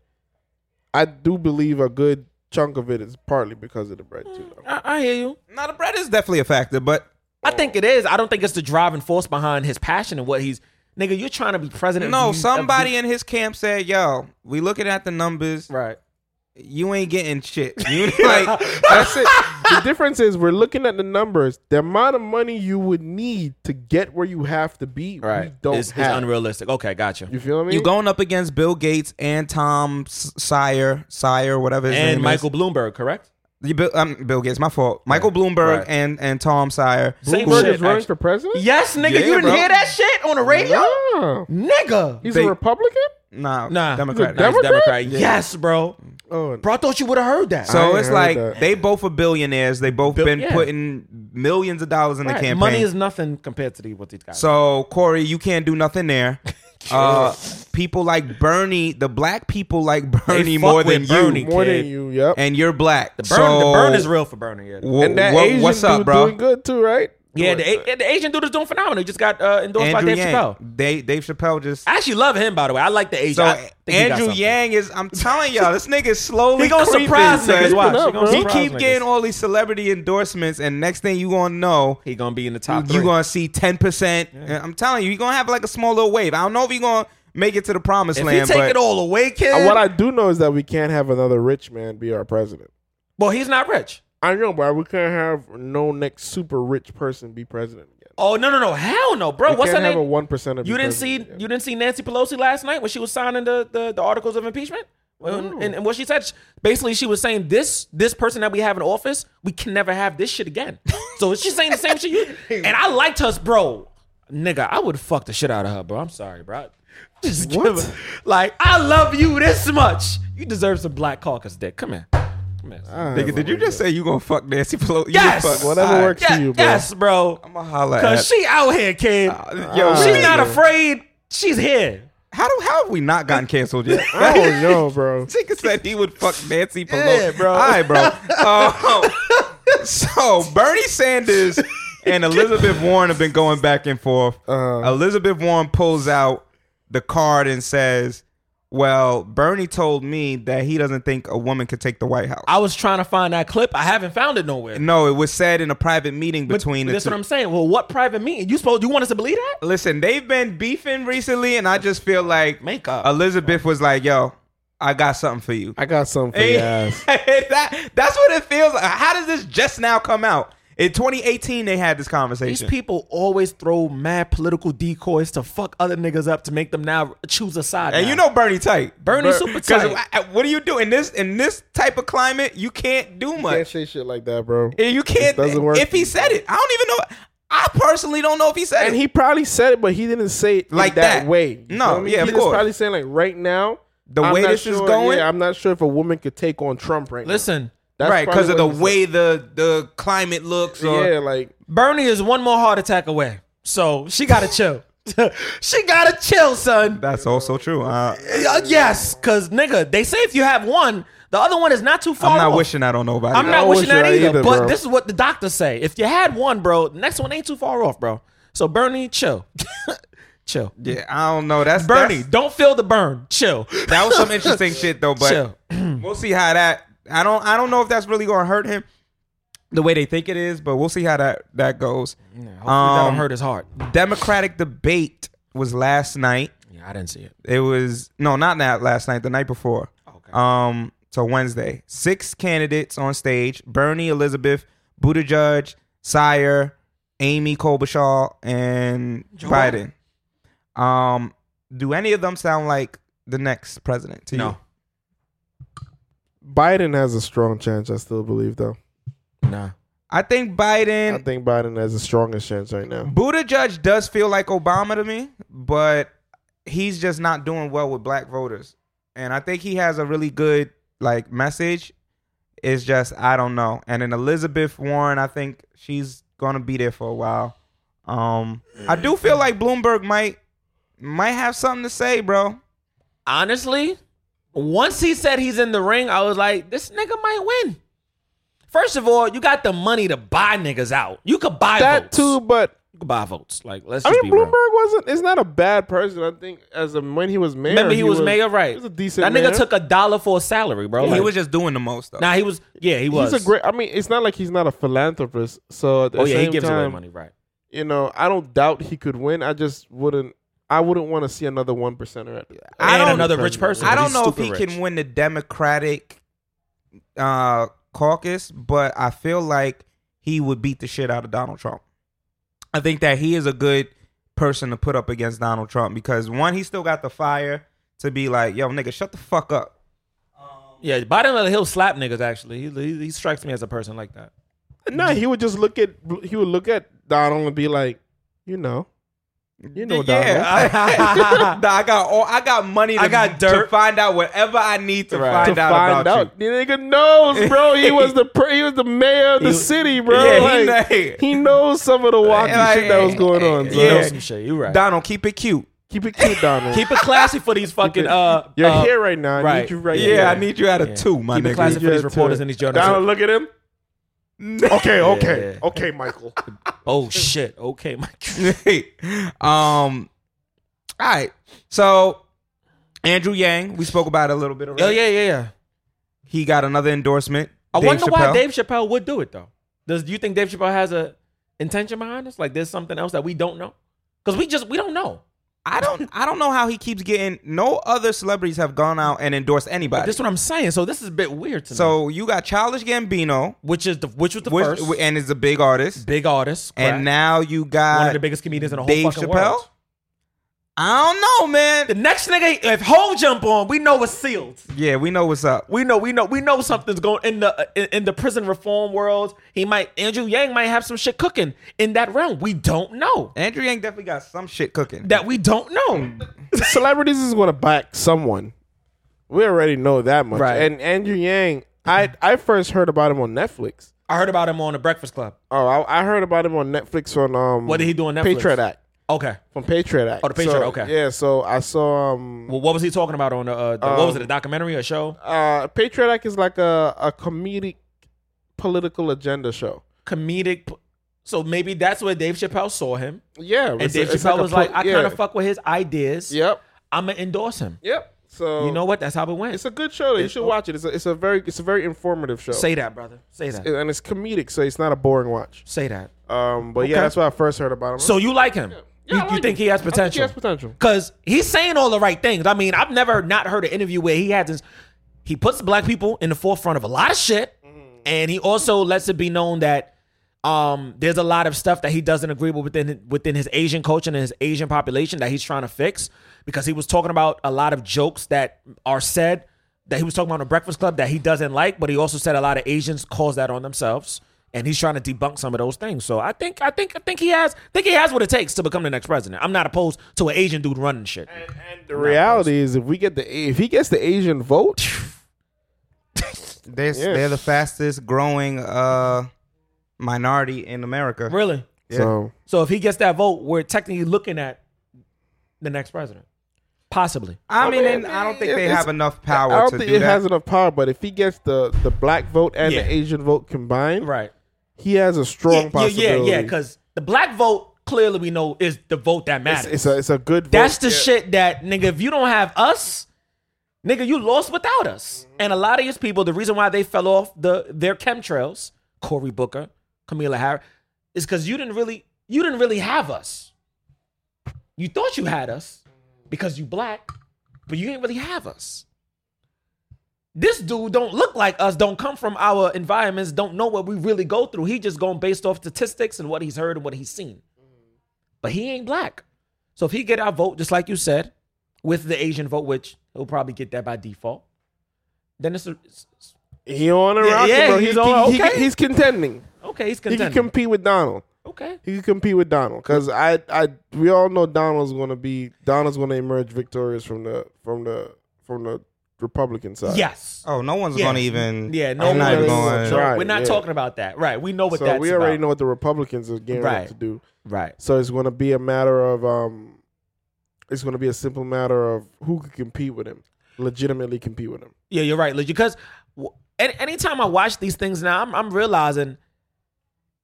Speaker 4: I do believe a good chunk of it is partly because of the bread too. Though.
Speaker 3: I, I hear you.
Speaker 2: Now the bread is definitely a factor, but
Speaker 3: I think it is. I don't think it's the driving force behind his passion and what he's nigga. You're trying to be president.
Speaker 2: no,
Speaker 3: of the-
Speaker 2: somebody
Speaker 3: of
Speaker 2: in his camp said, "Yo, we looking at the numbers.
Speaker 3: the- right.
Speaker 2: You ain't getting shit. You like
Speaker 4: That's it. the difference is we're looking at the numbers. The amount of money you would need to get where you have to be, we don't
Speaker 3: It's, it's
Speaker 4: have.
Speaker 3: unrealistic. Okay, gotcha.
Speaker 4: You feel me?
Speaker 2: You going up against Bill Gates and Tom S- Sire, Sire, whatever his name
Speaker 3: And
Speaker 2: is.
Speaker 3: Michael Bloomberg, correct?
Speaker 2: You Bill, um, Bill Gates, my fault. Michael Bloomberg
Speaker 3: Right.
Speaker 2: and and Tom Sire.
Speaker 3: Same
Speaker 4: Bloomberg
Speaker 3: shit,
Speaker 4: is running
Speaker 3: actually.
Speaker 4: for president.
Speaker 3: Yes, nigga.
Speaker 2: Yeah,
Speaker 3: you didn't
Speaker 2: bro.
Speaker 3: hear that shit on the radio,
Speaker 4: Yeah.
Speaker 3: nigga.
Speaker 4: He's
Speaker 2: They-
Speaker 4: a Republican.
Speaker 2: Nah,
Speaker 3: Nah.
Speaker 2: Democrat.
Speaker 4: He's a
Speaker 3: Nice
Speaker 4: Democrat?
Speaker 3: Yes, bro.
Speaker 4: Oh,
Speaker 3: Bro, I thought you would have heard that.
Speaker 2: So
Speaker 4: I
Speaker 2: it's
Speaker 4: heard
Speaker 2: like
Speaker 4: that.
Speaker 2: they both are billionaires. They both
Speaker 3: Bill-
Speaker 2: been
Speaker 3: yeah.
Speaker 2: putting millions of dollars in the
Speaker 3: Right.
Speaker 2: campaign.
Speaker 3: Money is nothing compared to the, what these guys.
Speaker 2: so Corey, you can't do nothing there. Uh, people like Bernie, the black people like Bernie
Speaker 3: fuck
Speaker 2: more
Speaker 3: with
Speaker 2: than you,
Speaker 3: Bernie,
Speaker 4: more
Speaker 3: kid.
Speaker 4: than you. Yep.
Speaker 2: and you're black.
Speaker 3: the burn, the burn is real for Bernie. Yeah,
Speaker 4: And that Asian
Speaker 2: what's up,
Speaker 4: dude
Speaker 2: bro?
Speaker 4: doing good too, right?
Speaker 3: yeah the, A- the Asian dude is doing phenomenal. He just got uh, endorsed
Speaker 2: Andrew
Speaker 3: by Dave
Speaker 2: Yang.
Speaker 3: Chappelle.
Speaker 2: Dave, Dave Chappelle just
Speaker 3: I actually love him, by the way. I like the Asian.
Speaker 2: So
Speaker 3: I think he got
Speaker 2: Andrew
Speaker 3: something.
Speaker 2: Yang is. I'm telling y'all, this nigga is slowly.
Speaker 3: He gonna
Speaker 2: creeping,
Speaker 3: surprise
Speaker 2: son.
Speaker 3: niggas. Watch.
Speaker 4: Keep
Speaker 3: He
Speaker 4: it up,
Speaker 3: gonna
Speaker 4: bro.
Speaker 2: He
Speaker 3: surprise
Speaker 2: keep
Speaker 3: niggas.
Speaker 2: getting all these celebrity endorsements, and next thing you gonna know,
Speaker 3: He gonna be in the top.
Speaker 2: you
Speaker 3: three.
Speaker 2: gonna see ten percent. I'm telling you, you gonna have like a small little wave. I don't know if you gonna make it to the promised
Speaker 3: if he
Speaker 2: land,
Speaker 3: take
Speaker 2: but
Speaker 3: it all away,
Speaker 4: Uh,
Speaker 3: kid.
Speaker 4: What I do know is that we can't have another rich man be our president.
Speaker 3: well, he's not rich.
Speaker 4: I know, but we can't have no next super rich person be president again.
Speaker 3: Oh no, no, no, hell no, bro.
Speaker 4: We
Speaker 3: What's her
Speaker 4: can't have a
Speaker 3: name?
Speaker 4: one percent of
Speaker 3: You didn't see you didn't see Nancy Pelosi last night when she was signing the the, the articles of impeachment. When- And, and what she said, sh- basically, she was saying this this person that we have in office, we can never have this shit again. So she's saying the same shit. You, and I liked her, bro. Nigga, I would fuck the shit out of her, bro. I'm sorry, bro. Just give her, like I love you this much. You deserve some black caucus dick. Come here, come here.
Speaker 2: nigga, did you just say you gonna fuck Nancy Pelosi? You
Speaker 3: Yes! Uh,
Speaker 2: fuck-
Speaker 4: Whatever
Speaker 2: All right.
Speaker 4: works
Speaker 3: Yeah,
Speaker 4: for you, bro.
Speaker 3: Yes, bro.
Speaker 2: I'ma holla at.
Speaker 3: Cause she out here, kid.
Speaker 2: yo,
Speaker 3: She's
Speaker 2: really,
Speaker 3: not
Speaker 2: man.
Speaker 3: afraid. She's here.
Speaker 2: How do how have we not gotten canceled yet?
Speaker 4: I don't know, Oh, bro.
Speaker 2: Chicken said he would fuck Nancy Pelosi.
Speaker 3: Yeah, bro.
Speaker 2: All right, bro. Uh, so Bernie Um, Sanders and Elizabeth Warren have been going back and forth.
Speaker 4: Uh,
Speaker 2: Elizabeth Warren pulls out the card and says, "Well, Bernie told me that he doesn't think a woman could take the White House."
Speaker 3: I was trying to find that clip. I haven't found it nowhere.
Speaker 2: no, it was said in a private meeting
Speaker 3: But
Speaker 2: between the
Speaker 3: that's
Speaker 2: two.
Speaker 3: what I'm saying. Well, what private meeting? You supposed you want us to believe that?
Speaker 2: Listen, they've been beefing recently, and I just feel like
Speaker 3: Make up.
Speaker 2: Elizabeth was like, "Yo, I got something for you."
Speaker 4: I got something for
Speaker 2: Hey,
Speaker 4: your ass.
Speaker 2: that, that's what it feels like. How does this just now come out? In 2018, they had this
Speaker 3: These
Speaker 2: conversation.
Speaker 3: people always throw mad political decoys to fuck other niggas up to make them now choose a side.
Speaker 2: and
Speaker 3: now.
Speaker 2: you know Bernie tight.
Speaker 3: Bernie
Speaker 2: Ber-
Speaker 3: super
Speaker 2: 'cause
Speaker 3: tight.
Speaker 2: I- I- What do you do in this in this type of climate? You can't do
Speaker 4: Can't
Speaker 2: much.
Speaker 4: say shit like that, bro.
Speaker 2: And You can't.
Speaker 4: It doesn't work.
Speaker 2: If he said it, I don't even know. I personally don't know if he said
Speaker 4: and
Speaker 2: it.
Speaker 4: he probably said it, but he didn't say it in
Speaker 2: Like that.
Speaker 4: that way. You
Speaker 2: No,
Speaker 4: feel me?
Speaker 2: yeah, of
Speaker 4: he was
Speaker 2: course.
Speaker 4: probably saying like right now,
Speaker 2: The
Speaker 4: I'm
Speaker 2: way
Speaker 4: not
Speaker 2: this is
Speaker 4: sure-
Speaker 2: going-
Speaker 4: yeah, I'm not sure if a woman could take on Trump right
Speaker 3: Listen,
Speaker 4: now. That's
Speaker 2: right
Speaker 4: probably
Speaker 2: because of
Speaker 4: what
Speaker 2: the
Speaker 4: he said.
Speaker 2: way the the climate looks. Or,
Speaker 4: yeah, like
Speaker 3: Bernie is one more heart attack away, so she gotta chill. she gotta chill, son.
Speaker 2: That's also true. Uh,
Speaker 3: Uh, yes, cause nigga, they say if you have one, the other one is not too far.
Speaker 2: I'm not
Speaker 3: off.
Speaker 2: wishing that on nobody.
Speaker 3: I'm not
Speaker 4: don't
Speaker 3: wishing
Speaker 4: wish
Speaker 3: that
Speaker 4: that
Speaker 3: either.
Speaker 4: either,
Speaker 3: but
Speaker 4: bro.
Speaker 3: this is what the doctors say. If you had one, bro, the next one ain't too far off, bro. So Bernie, chill, chill.
Speaker 2: Yeah, I don't know. That's
Speaker 3: Bernie,
Speaker 2: that's-
Speaker 3: don't feel the burn. Chill,
Speaker 2: that was some interesting shit though. But
Speaker 3: chill.
Speaker 2: we'll see how that. I don't. I don't know if that's really going to hurt him the way they think it is. But we'll see how that that goes.
Speaker 3: Hopefully that'll
Speaker 2: Um,
Speaker 3: hurt his heart.
Speaker 2: Democratic debate was last night.
Speaker 3: Yeah, I didn't see it.
Speaker 2: It was no, not that last night. The night before.
Speaker 3: Okay.
Speaker 2: Um, so Wednesday, six candidates on stage: Bernie, Elizabeth, Buttigieg, Sire, Amy Klobuchar, and Biden. Um, do any of them sound like the next president to you?
Speaker 3: No.
Speaker 4: Biden has a strong chance. I still believe though.
Speaker 3: Nah.
Speaker 2: I think
Speaker 4: I
Speaker 2: Biden.
Speaker 4: think Biden has the strongest chance right now.
Speaker 2: Buttigieg does feel like Obama to me, but he's just not doing well with black voters. And I think he has a really good like message. It's just I don't know. And then Elizabeth Warren, I think she's gonna be there for a while. Um, I do feel like Bloomberg might might have something to say, bro.
Speaker 3: honestly, once he said he's in the ring, I was like, this nigga might win. First of all, you got the money to buy niggas out. You could buy
Speaker 4: That
Speaker 3: votes.
Speaker 4: too, but
Speaker 3: You could buy votes. Like, let's
Speaker 4: I
Speaker 3: just
Speaker 4: mean,
Speaker 3: be
Speaker 4: Bloomberg
Speaker 3: real.
Speaker 4: wasn't. It's not a bad person. I think as of when he was mayor,
Speaker 3: Remember, he, was, mayor, right?
Speaker 4: He was a decent.
Speaker 3: That nigga
Speaker 4: mayor.
Speaker 3: took a dollar for a salary, bro.
Speaker 2: he
Speaker 3: Like,
Speaker 2: was just doing the most though.
Speaker 3: Nah, he was. Yeah, he was.
Speaker 4: He's a great. I mean, it's not like he's not a philanthropist. So at the
Speaker 3: Oh yeah, he
Speaker 4: same
Speaker 3: gives away
Speaker 4: time,
Speaker 3: money, right?
Speaker 4: You know, I don't doubt he could win. I just wouldn't. I wouldn't want to see another one percenter at.
Speaker 2: I
Speaker 3: and
Speaker 2: don't-
Speaker 3: another rich person.
Speaker 2: I
Speaker 3: but
Speaker 2: don't
Speaker 3: he's
Speaker 2: know if
Speaker 3: stupid
Speaker 2: he
Speaker 3: rich.
Speaker 2: can win the Democratic uh, caucus, but I feel like he would beat the shit out of Donald Trump. I think that he is a good person to put up against Donald Trump because one, he still got the fire to be like, "Yo, nigga, shut the fuck up."
Speaker 3: Yeah, Biden. He'll slap niggas. Actually, he, he, he strikes me as a person like that.
Speaker 4: No, he would just look at. He would look at Donald and be like, you know, you know, Donald.
Speaker 2: I, Nah, I got all, I got money. To,
Speaker 3: I got
Speaker 2: to
Speaker 3: dirt.
Speaker 2: find out whatever I need to
Speaker 3: Right.
Speaker 2: find
Speaker 4: to
Speaker 2: out
Speaker 4: find
Speaker 2: about
Speaker 4: out. The nigga knows, bro. He was the pr- he was the mayor of the
Speaker 3: He-
Speaker 4: city, bro.
Speaker 2: Yeah, he
Speaker 4: like,
Speaker 2: kn-
Speaker 4: he knows some of the wacky
Speaker 2: Like,
Speaker 4: shit that was going on. So.
Speaker 3: You know
Speaker 2: Yeah.
Speaker 3: some shit. You
Speaker 2: you.
Speaker 3: right.
Speaker 2: Donald, keep it cute.
Speaker 4: Keep it cute, Donald.
Speaker 3: Keep it classy for these fucking. Uh,
Speaker 4: You're
Speaker 3: uh,
Speaker 4: here right now. I
Speaker 3: right.
Speaker 4: need you right
Speaker 2: Yeah,
Speaker 4: here.
Speaker 2: I need you out of two, my
Speaker 3: Keep it
Speaker 2: nigga.
Speaker 3: classy for
Speaker 4: Yeah,
Speaker 3: these reporters
Speaker 4: too.
Speaker 3: and these journalists.
Speaker 4: Donald, look at him. Okay, okay,
Speaker 3: yeah.
Speaker 4: okay, Michael.
Speaker 3: Oh shit. Okay, my
Speaker 2: um all right so andrew yang we spoke about it a little bit already
Speaker 3: Oh yeah, yeah, yeah.
Speaker 2: he got another endorsement
Speaker 3: I
Speaker 2: Dave
Speaker 3: wonder why
Speaker 2: Chappelle.
Speaker 3: Dave Chappelle would do it though. Does do you think Dave Chappelle has a intention behind this? Like there's something else that we don't know? Because we just we don't know.
Speaker 2: i don't i don't know how he keeps getting no other celebrities have gone out and endorsed anybody
Speaker 3: This is what I'm saying. So this is a bit weird to me.
Speaker 2: so you got childish gambino
Speaker 3: Which is the which was the
Speaker 2: which,
Speaker 3: first
Speaker 2: and is a big artist
Speaker 3: big artist. correct?
Speaker 2: and now you
Speaker 3: one of
Speaker 2: got
Speaker 3: the biggest comedians in the whole
Speaker 2: Dave
Speaker 3: fucking
Speaker 2: Chappelle?
Speaker 3: world.
Speaker 2: i don't know
Speaker 3: The
Speaker 2: man
Speaker 3: next nigga, if Ho jump on, we know it's sealed.
Speaker 2: yeah we know what's up
Speaker 3: We know, we know, we know something's going in the in, in the prison reform world. He might Andrew Yang might have some shit cooking in that realm. We don't know
Speaker 2: andrew yang definitely got some shit cooking
Speaker 3: that we don't know.
Speaker 4: Celebrities is going to back someone. We already know that much.
Speaker 3: Right.
Speaker 4: And Andrew Yang, I I first heard about him on Netflix.
Speaker 3: I heard about him on the Breakfast Club.
Speaker 4: Oh, I, I heard about him on Netflix on um.
Speaker 3: What did he do on Netflix?
Speaker 4: Patriot Act.
Speaker 3: Okay.
Speaker 4: From Patriot Act.
Speaker 3: Oh, the Patriot,
Speaker 4: So,
Speaker 3: okay.
Speaker 4: Yeah, so I saw um
Speaker 3: Well, what was he talking about on the, uh, the what was it, a documentary, a show?
Speaker 4: uh Patriot Act is like a, a comedic political agenda show.
Speaker 3: Comedic. p- So maybe that's where Dave Chappelle saw him,
Speaker 4: Yeah,
Speaker 3: and
Speaker 4: it's a-
Speaker 3: Dave
Speaker 4: it's
Speaker 3: Chappelle
Speaker 4: a
Speaker 3: was like,
Speaker 4: pro-
Speaker 3: "I
Speaker 4: yeah.
Speaker 3: kind of fuck with his ideas.
Speaker 4: Yep,
Speaker 3: I'm gonna endorse him."
Speaker 4: yep. So
Speaker 3: You know what? That's how it went.
Speaker 4: it's a good show. though. You should watch it. It's a, it's a very it's a very informative show,
Speaker 3: Say that, brother. Say that.
Speaker 4: and it's comedic, so it's not a boring watch.
Speaker 3: Say that.
Speaker 4: Um, but yeah,
Speaker 3: Okay.
Speaker 4: that's what I first heard about him.
Speaker 3: So you like him?
Speaker 4: Yeah,
Speaker 3: you
Speaker 4: I
Speaker 3: you
Speaker 4: like
Speaker 3: think
Speaker 4: him.
Speaker 3: he has
Speaker 4: I think
Speaker 3: potential?
Speaker 4: he has potential.
Speaker 3: Because he's saying all the right things. I mean, I've never not heard an interview where he has this. He puts black people in the forefront of a lot of shit,
Speaker 4: Mm-hmm.
Speaker 3: and he also lets it be known that um, there's a lot of stuff that he doesn't agree with within within his Asian culture and his Asian population that he's trying to fix. Because he was talking about a lot of jokes that are said that he was talking about on Breakfast Club that he doesn't like, but he also said a lot of Asians cause that on themselves. And he's trying to debunk some of those things. So I think I think I think he has I think he has what it takes to become the next president. I'm not opposed to an Asian dude running shit.
Speaker 4: the reality is, if we get the if he gets the Asian vote,
Speaker 2: They're,
Speaker 4: Yeah.
Speaker 2: they're the fastest growing uh, minority in America.
Speaker 3: Really?
Speaker 4: so
Speaker 3: So if he gets that vote, we're technically looking at the next president. Possibly.
Speaker 2: I mean,
Speaker 4: mean,
Speaker 2: and I don't think
Speaker 4: it-
Speaker 2: they
Speaker 4: it's-
Speaker 2: have enough
Speaker 4: I
Speaker 2: power
Speaker 4: don't
Speaker 2: to
Speaker 4: think
Speaker 2: do
Speaker 4: it
Speaker 2: that.
Speaker 4: has enough power. But if he gets the the black vote and
Speaker 3: Yeah.
Speaker 4: the Asian vote combined,
Speaker 3: Right.
Speaker 4: he has a strong
Speaker 3: Yeah, yeah,
Speaker 4: possibility.
Speaker 3: yeah, yeah. Because the black vote clearly we know is the vote that matters.
Speaker 4: it's, it's a it's a good. Vote.
Speaker 3: That's the
Speaker 4: Yeah.
Speaker 3: shit that nigga. If you don't have us, nigga, you lost without us. And a lot of these people, the reason why they fell off the their chemtrails, Cory Booker, Camila Harris, is because you didn't really you didn't really have us. You thought you had us because you black, but you didn't really have us. This dude don't look like us, don't come from our environments, don't know what we really go through. He just going based off statistics and what he's heard and what he's seen. But he ain't black. So if he get our vote, just like you said, with the Asian vote, which he'll probably get that by default, then it's, a, it's- it's-
Speaker 4: He on a
Speaker 3: Yeah,
Speaker 4: rocket,
Speaker 3: yeah,
Speaker 4: bro. He-
Speaker 3: he's
Speaker 4: he-
Speaker 3: on-
Speaker 4: he-
Speaker 3: okay.
Speaker 4: he's contending.
Speaker 3: okay. He's
Speaker 4: He can
Speaker 3: contending.
Speaker 4: compete with Donald.
Speaker 3: okay.
Speaker 4: He could compete with Donald because I, I, we all know Donald's going to be Donald's going to emerge victorious from the from the from the Republican side.
Speaker 3: Yes.
Speaker 2: Oh, no one's
Speaker 3: Yeah.
Speaker 2: going to even.
Speaker 3: Yeah. No.
Speaker 2: I'm not even
Speaker 3: one's-
Speaker 2: going.
Speaker 3: so
Speaker 4: Right,
Speaker 3: We're not
Speaker 4: yeah.
Speaker 3: talking about that. Right. We know what
Speaker 4: so
Speaker 3: that's
Speaker 4: we already
Speaker 3: about.
Speaker 4: know what the Republicans are getting ready
Speaker 3: Right.
Speaker 4: to do.
Speaker 3: Right.
Speaker 4: So it's going to be a matter of um, it's going to be a simple matter of who could compete with him, legitimately compete with him.
Speaker 3: Yeah, you're right, Lidge. Because any, anytime I watch these things now, I'm, I'm realizing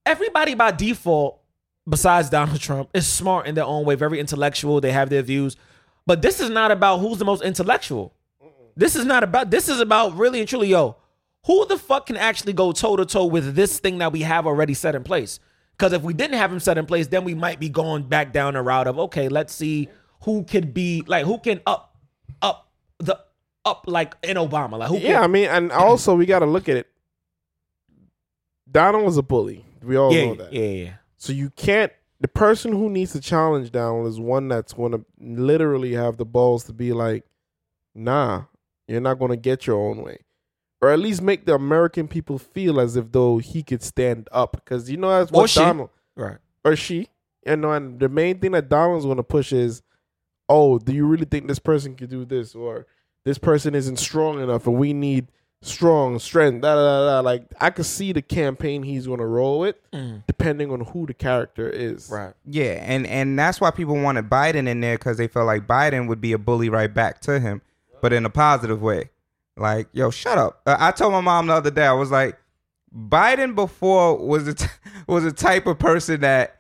Speaker 3: everybody by default, besides Donald Trump, is smart in their own way, very intellectual. They have their views. But this is not about who's the most intellectual. This is not about, this is about really and truly, yo, who the fuck can actually go toe to toe with this thing that we have already set in place? Because if we didn't have him set in place, then we might be going back down a route of, okay, let's see who could be, like, who can up, up, the, up like in Obama. Like, who can-
Speaker 4: Yeah, I mean, and also we got to look at it. Donald is a bully. We all
Speaker 3: yeah,
Speaker 4: know that.
Speaker 3: yeah, yeah.
Speaker 4: So you can't. The person who needs to challenge Donald is one that's going to literally have the balls to be like, "Nah, you're not going to get your own way," or at least make the American people feel as if though he could stand up. Because you know that's
Speaker 3: Or
Speaker 4: what
Speaker 3: she.
Speaker 4: Donald
Speaker 3: Right.
Speaker 4: or she, you know, and the main thing that Donald's going to push is, "Oh, do you really think this person could do this?" Or this person isn't strong enough, and we need strong strength. Da da da. da. Like I could see the campaign he's going to roll with depending on who the character is.
Speaker 3: Mm. Right.
Speaker 2: Yeah, and and that's why people wanted Biden in there because they felt like Biden would be a bully right back to him, but in a positive way. Like, yo, shut up. Uh, I told my mom the other day. I was like, Biden before was a t- was a type of person that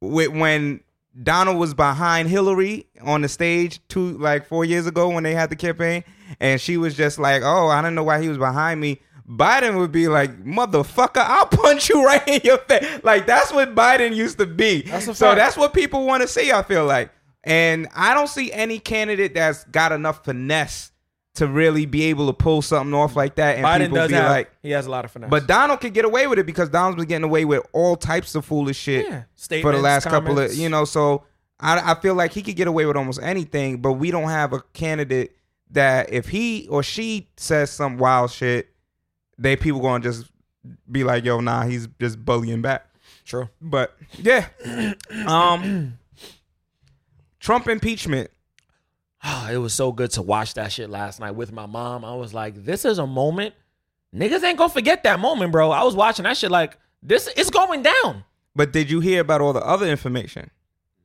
Speaker 2: wh- when Donald was behind Hillary on the stage two like four years ago when they had the campaign, and she was just like, "Oh, I don't know why he was behind me." Biden would be like, "Motherfucker, I'll punch you right in your face." Like that's what Biden used to be.
Speaker 3: a
Speaker 2: so
Speaker 3: fact.
Speaker 2: that's what people want to see. I feel like, and I don't see any candidate that's got enough finesse to really be able to pull something off like that. And
Speaker 3: Biden
Speaker 2: people
Speaker 3: does
Speaker 2: be
Speaker 3: have.
Speaker 2: like,
Speaker 3: he has a lot of finesse.
Speaker 2: but Donald could get away with it because Donald's been getting away with all types of foolish shit
Speaker 3: Yeah.
Speaker 2: for the
Speaker 3: Statements,
Speaker 2: last couple of
Speaker 3: comments.
Speaker 2: you know. So I, I feel like he could get away with almost anything, but we don't have a candidate that if he or she says some wild shit, they people gonna just be like, "Yo, nah, he's just bullying back."
Speaker 3: true.
Speaker 2: But yeah, um, Trump impeachment.
Speaker 3: Oh, it was so good to watch that shit last night with my mom. I was like, this is a moment. Niggas ain't gonna forget that moment, bro. I was watching that shit like this. It's going down.
Speaker 2: But did you hear about all the other information?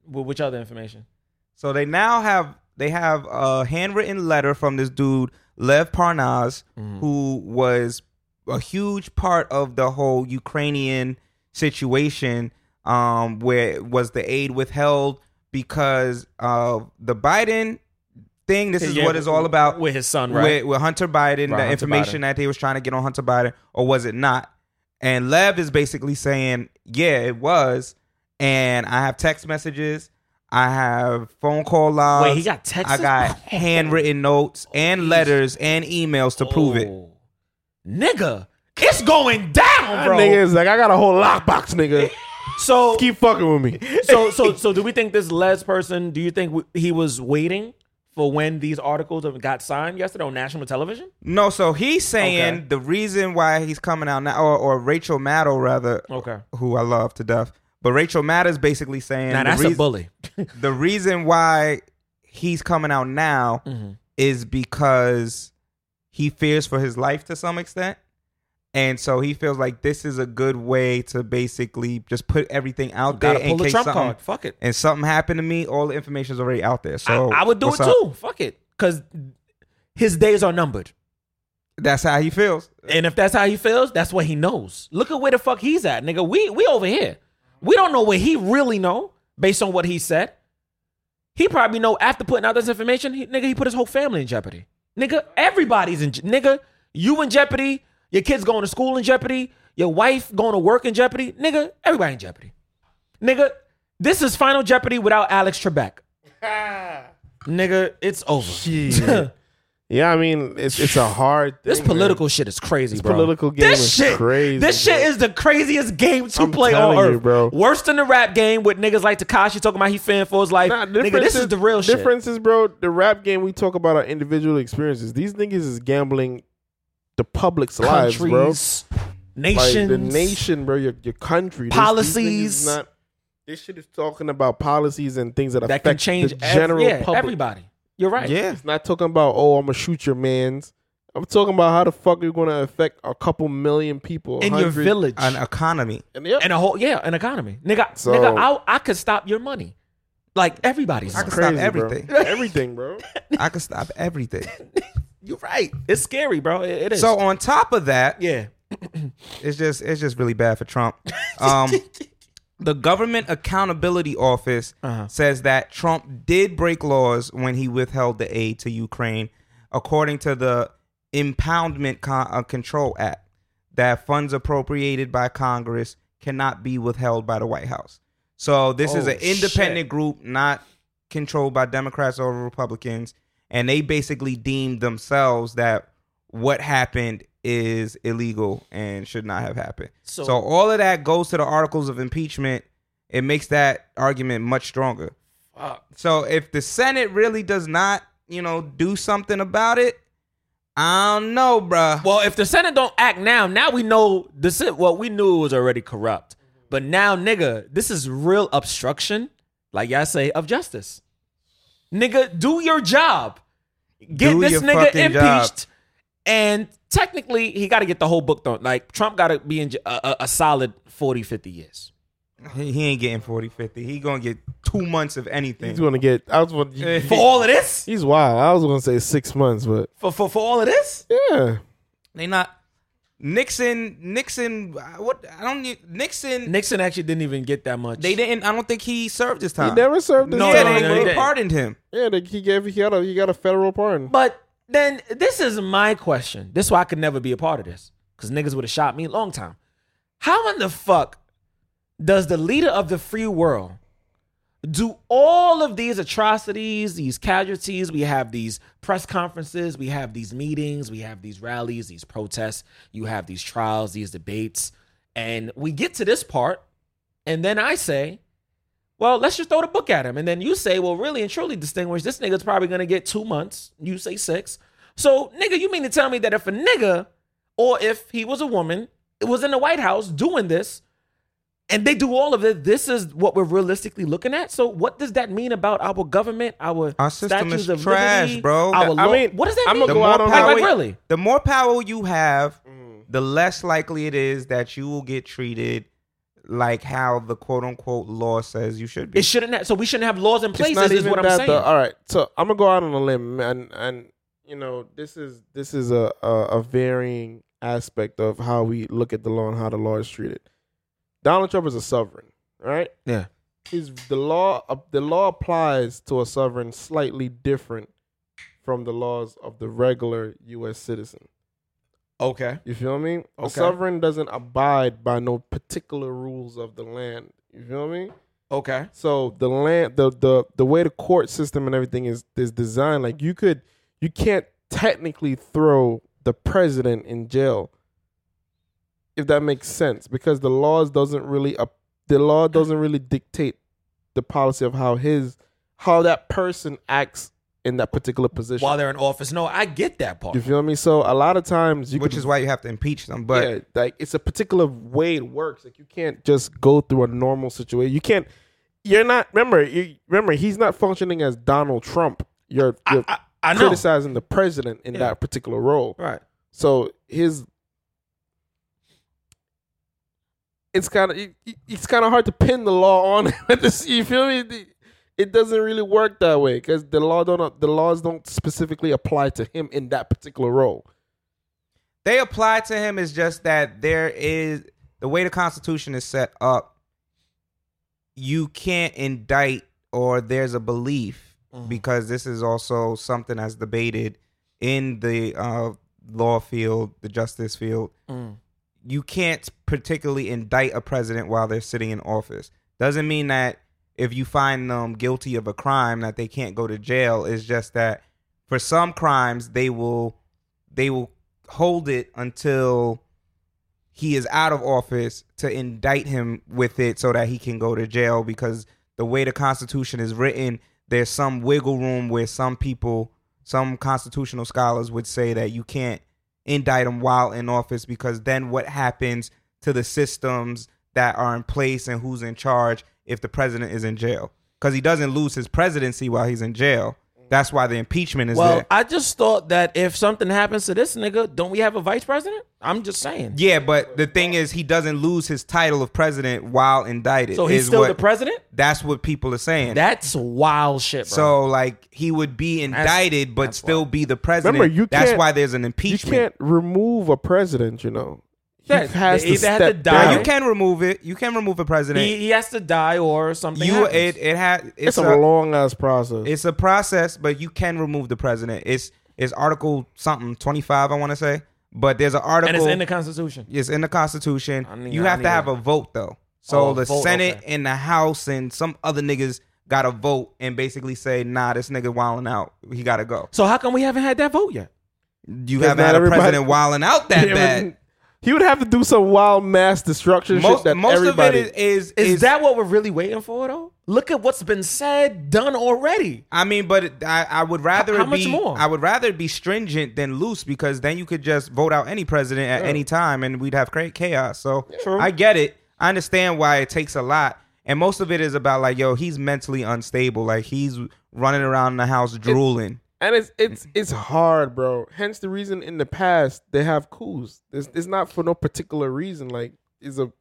Speaker 3: With which other information?
Speaker 2: So they now have they have a handwritten letter from this dude Lev Parnas, who was a huge part of the whole Ukrainian situation um, where was the aid withheld because of the Biden thing. This is
Speaker 3: Yeah,
Speaker 2: what it's all about
Speaker 3: with his son, right?
Speaker 2: with, with Hunter Biden, the
Speaker 3: Hunter
Speaker 2: information
Speaker 3: Biden.
Speaker 2: that they was trying to get on Hunter Biden, or was it not? And Lev is basically saying, yeah, it was. And I have text messages. I have phone call logs.
Speaker 3: Wait, he got texts.
Speaker 2: I got handwritten notes and letters and emails to prove it.
Speaker 3: Oh. nigga. It's going down,
Speaker 4: That
Speaker 3: bro.
Speaker 4: nigga is like, I got a whole lockbox, nigga.
Speaker 3: So,
Speaker 4: Keep fucking with me.
Speaker 3: so, so, so, do we think this Les person? Do you think w- he was waiting for when these articles have got signed yesterday on national television?
Speaker 2: No, so he's saying
Speaker 3: Okay.
Speaker 2: the reason why he's coming out now, or, or Rachel Maddow rather,
Speaker 3: Okay,
Speaker 2: who I love to death. But Rachel Maddow's basically saying
Speaker 3: now
Speaker 2: the
Speaker 3: that's a
Speaker 2: reason-
Speaker 3: bully.
Speaker 2: the reason why he's coming out now
Speaker 3: Mhm.
Speaker 2: is because he fears for his life to some extent. And so he feels like this is a good way to basically just put everything out there
Speaker 3: Gotta
Speaker 2: in
Speaker 3: pull the
Speaker 2: case
Speaker 3: Trump
Speaker 2: something,
Speaker 3: card. Fuck it.
Speaker 2: and something happened to me. All the information is already out there. So
Speaker 3: I, I would do
Speaker 2: what's
Speaker 3: it
Speaker 2: up?
Speaker 3: too. Fuck it, because his days are numbered.
Speaker 2: That's how he feels.
Speaker 3: And if that's how he feels, that's what he knows. Look at where the fuck he's at, nigga. We we over here. We don't know what he really know based on what he said. He probably know after putting out this information, he, nigga, he put his whole family in jeopardy. Nigga, everybody's in je- nigga, you in jeopardy, your kids going to school in jeopardy, your wife going to work in jeopardy, nigga, everybody in jeopardy. Nigga, this is final jeopardy without Alex Trebek. nigga, it's over.
Speaker 4: Shit. Yeah, I mean, it's it's a hard. Thing,
Speaker 3: This political shit is crazy, bro.
Speaker 4: political game
Speaker 3: this
Speaker 4: is
Speaker 3: shit,
Speaker 4: crazy,
Speaker 3: This shit
Speaker 4: bro.
Speaker 3: is the craziest game to
Speaker 4: I'm
Speaker 3: play on
Speaker 4: telling
Speaker 3: earth,
Speaker 4: you, bro.
Speaker 3: Worse than the rap game with niggas like Takashi talking about he fearing for his life.
Speaker 4: Nah,
Speaker 3: Nigga, this is the real shit.
Speaker 4: Differences, bro. The rap game we talk about our individual experiences. These niggas is gambling the public's lives,
Speaker 3: Countries,
Speaker 4: bro.
Speaker 3: nations,
Speaker 4: Like the nation, bro. Your your country. This- these
Speaker 3: Policies.
Speaker 4: niggas not- This shit is talking about policies and things that,
Speaker 3: that
Speaker 4: affect
Speaker 3: can change
Speaker 4: the
Speaker 3: ev-
Speaker 4: general
Speaker 3: yeah,
Speaker 4: public.
Speaker 3: everybody. You're right.
Speaker 2: Yeah.
Speaker 4: It's not talking about oh, I'm gonna shoot your man's. I'm talking about how the fuck you're gonna affect a couple million people
Speaker 3: in your
Speaker 4: 100
Speaker 3: village
Speaker 2: An economy.
Speaker 4: And, yep.
Speaker 3: and a whole yeah, an economy, nigga.
Speaker 4: So-
Speaker 3: nigga, I, I could stop your money, like everybody's.
Speaker 2: I
Speaker 3: money.
Speaker 2: could
Speaker 4: Crazy,
Speaker 2: stop everything.
Speaker 4: bro. everything, bro.
Speaker 2: I could stop everything.
Speaker 3: You're right. It's scary, bro. It- it is.
Speaker 2: So on top of that,
Speaker 3: yeah,
Speaker 2: it's just it's just really bad for Trump. Um, the Government Accountability Office
Speaker 3: Uh-huh.
Speaker 2: says that Trump did break laws when he withheld the aid to Ukraine, according to the Impoundment Con- uh, Control Act, that funds appropriated by Congress cannot be withheld by the White House. So this is
Speaker 3: Oh,
Speaker 2: an independent
Speaker 3: shit.
Speaker 2: group, not controlled by Democrats or Republicans, and they basically deemed themselves that what happened is illegal and should not have happened.
Speaker 3: So-
Speaker 2: So, all of that goes to the articles of impeachment. It makes that argument much stronger.
Speaker 3: Fuck.
Speaker 2: So if the Senate really does not, you know, do something about it, I don't know, bruh.
Speaker 3: Well, if the Senate don't act now, now we know this is well, we knew it was already corrupt. But now, nigga, this is real obstruction, like y'all say, of justice. Nigga, do your job. Get
Speaker 2: Do
Speaker 3: this
Speaker 2: your
Speaker 3: nigga
Speaker 2: fucking job.
Speaker 3: impeached. And technically, he got to get the whole book done. Like, Trump got to be in j- a, a- a solid 40, 50 years.
Speaker 2: He, he ain't getting 40, 50. He gonna get two months of anything.
Speaker 4: He's gonna get. I was gonna.
Speaker 3: For all of this?
Speaker 4: He's wild. I was gonna say six months, but
Speaker 3: For, for, for all of this?
Speaker 4: yeah,
Speaker 2: They not Nixon. Nixon. uh, What I don't need Nixon.
Speaker 3: Nixon actually didn't even get that much.
Speaker 2: They didn't. I don't think he served his
Speaker 4: he
Speaker 2: time.
Speaker 4: never served. his
Speaker 2: yeah,
Speaker 3: no,
Speaker 4: time,
Speaker 2: they,
Speaker 3: no, he
Speaker 2: they
Speaker 4: bro.
Speaker 3: didn't.
Speaker 2: pardoned him.
Speaker 4: yeah. They, he gave. He got a. He got a federal pardon.
Speaker 3: But then this is my question. This why I could never be a part of this. Cause niggas would have shot me a long time. How in the fuck does the leader of the free world do all of these atrocities, these casualties? We have these press conferences, we have these meetings, we have these rallies, these protests, you have these trials, these debates. And we get to this part, and then I say, well, let's just throw the book at him. And then you say, well, really and truly distinguished, this nigga's probably gonna get two months. You say six. So, nigga, you mean to tell me that if a nigga or if he was a woman, it was in the White House doing this, and they do all of it, this is what we're realistically looking at? So, what does that mean about our government, our,
Speaker 2: Our system
Speaker 3: statues
Speaker 2: is
Speaker 3: of
Speaker 2: trash,
Speaker 3: liberty,
Speaker 2: bro.
Speaker 3: Our
Speaker 4: I
Speaker 3: law-
Speaker 4: mean,
Speaker 3: what does that
Speaker 4: I'm
Speaker 3: mean?
Speaker 4: gonna go out on
Speaker 3: like,
Speaker 4: that-
Speaker 3: like, really?
Speaker 2: The more power you have, the less likely it is that you will get treated like how the quote unquote law says you should be.
Speaker 3: It shouldn't have, so we shouldn't have laws in place,
Speaker 4: It's not
Speaker 3: is
Speaker 4: even
Speaker 3: what I'm
Speaker 4: that, uh,
Speaker 3: saying.
Speaker 4: though. All right, so I'm gonna go out on a limb, and and you know this is this is a, a a varying aspect of how we look at the law and how the law is treated. Donald Trump is a sovereign, right?
Speaker 3: Yeah.
Speaker 4: Is the law uh, the law applies to a sovereign slightly different from the laws of the regular U.S. citizen?
Speaker 3: Okay.
Speaker 4: You feel me? A
Speaker 3: Okay.
Speaker 4: sovereign doesn't abide by no particular rules of the land. You feel me?
Speaker 3: Okay.
Speaker 4: So the land, the the the way the court system and everything is is designed, like you could, you can't technically throw the president in jail, if that makes sense, because the laws doesn't really up, the law doesn't really dictate the policy of how his how that person acts in that particular position.
Speaker 3: While they're in office, no, I get that part.
Speaker 4: you feel me? So a lot of times you
Speaker 2: which
Speaker 4: could-
Speaker 2: is why you have to impeach them. But
Speaker 4: yeah, like it's a particular way it works. Like you can't just go through a normal situation. You can't. You're not. Remember, you remember he's not functioning as Donald Trump. You're,
Speaker 3: I,
Speaker 4: you're
Speaker 3: I, I know.
Speaker 4: criticizing the president in
Speaker 3: Yeah.
Speaker 4: that particular role.
Speaker 3: Right.
Speaker 4: So his. It's kind of it, it- it's kind of hard to pin the law on. him. you feel me? It- It doesn't really work that way because the law don't the laws don't specifically apply to him in that particular role.
Speaker 2: they apply to him is just that there is the way the Constitution is set up. You can't indict, or there's a belief because this is also something that's debated in the uh, law field, the justice field. You can't particularly indict a president while they're sitting in office. Doesn't mean that if you find them guilty of a crime that they can't go to jail. It's just that for some crimes they will they will hold it until he is out of office to indict him with it so that he can go to jail because the way the constitution is written there's some wiggle room where some people some constitutional scholars would say that you can't indict him while in office because then what happens to the systems that are in place and who's in charge if the president is in jail because he doesn't lose his presidency while he's in jail that's why the impeachment is
Speaker 3: Well,
Speaker 2: there
Speaker 3: I just thought that if something happens to this nigga, don't we have a vice president? I'm just saying.
Speaker 2: Yeah, but the thing is, he doesn't lose his title of president while indicted.
Speaker 3: So he's
Speaker 2: is
Speaker 3: still
Speaker 2: what-
Speaker 3: the president?
Speaker 2: That's what people are saying.
Speaker 3: That's wild shit, bro.
Speaker 2: so like he would be indicted, but still be the president.
Speaker 4: Remember, you
Speaker 2: that's
Speaker 4: can't-
Speaker 2: why there's an
Speaker 4: you
Speaker 2: impeachment.
Speaker 4: can't remove a president, you know. He
Speaker 3: Yeah, they either had to die-
Speaker 2: Now, you
Speaker 3: Right.
Speaker 2: can remove it. You can remove a president.
Speaker 3: he, he has to die or something.
Speaker 2: you
Speaker 3: happens.
Speaker 2: it it had
Speaker 4: It's, a, long ass process.
Speaker 2: It's a process, but you can remove the president. It's it's article something twenty five. I want to say, but there's an article.
Speaker 3: and it's in the Constitution.
Speaker 2: It's in the Constitution.
Speaker 3: I need-
Speaker 2: you
Speaker 3: I
Speaker 2: have
Speaker 3: need
Speaker 2: to have
Speaker 3: a-
Speaker 2: a vote though. So
Speaker 3: Oh, a
Speaker 2: the
Speaker 3: vote,
Speaker 2: Senate
Speaker 3: okay.
Speaker 2: and the House and some other niggas got a vote and basically say, nah, this nigga wilding out. He got to go.
Speaker 3: So how come we haven't had that vote yet?
Speaker 2: You
Speaker 4: 'Cause
Speaker 2: haven't
Speaker 4: not
Speaker 2: had a
Speaker 4: everybody-
Speaker 2: president wilding out that bad.
Speaker 4: He would have to do some wild mass destruction shit
Speaker 2: Most,
Speaker 4: that
Speaker 2: most of it
Speaker 4: everybody.
Speaker 2: is, is,
Speaker 3: Is, that what we're really waiting for though? Look at what's been said, done already.
Speaker 2: I mean, but it- I, I would rather
Speaker 3: how
Speaker 2: it
Speaker 3: much
Speaker 2: be,
Speaker 3: more?
Speaker 2: I would rather it be stringent than loose because then you could just vote out any president at any time and we'd have great chaos. So
Speaker 3: True.
Speaker 2: I get it. I understand why it takes a lot. And most of it is about like, yo, he's mentally unstable. Like he's running around the house drooling.
Speaker 4: and it's it's it's hard, bro. Hence the reason in the past they have coups. It's, it's not for no particular reason. Like it's a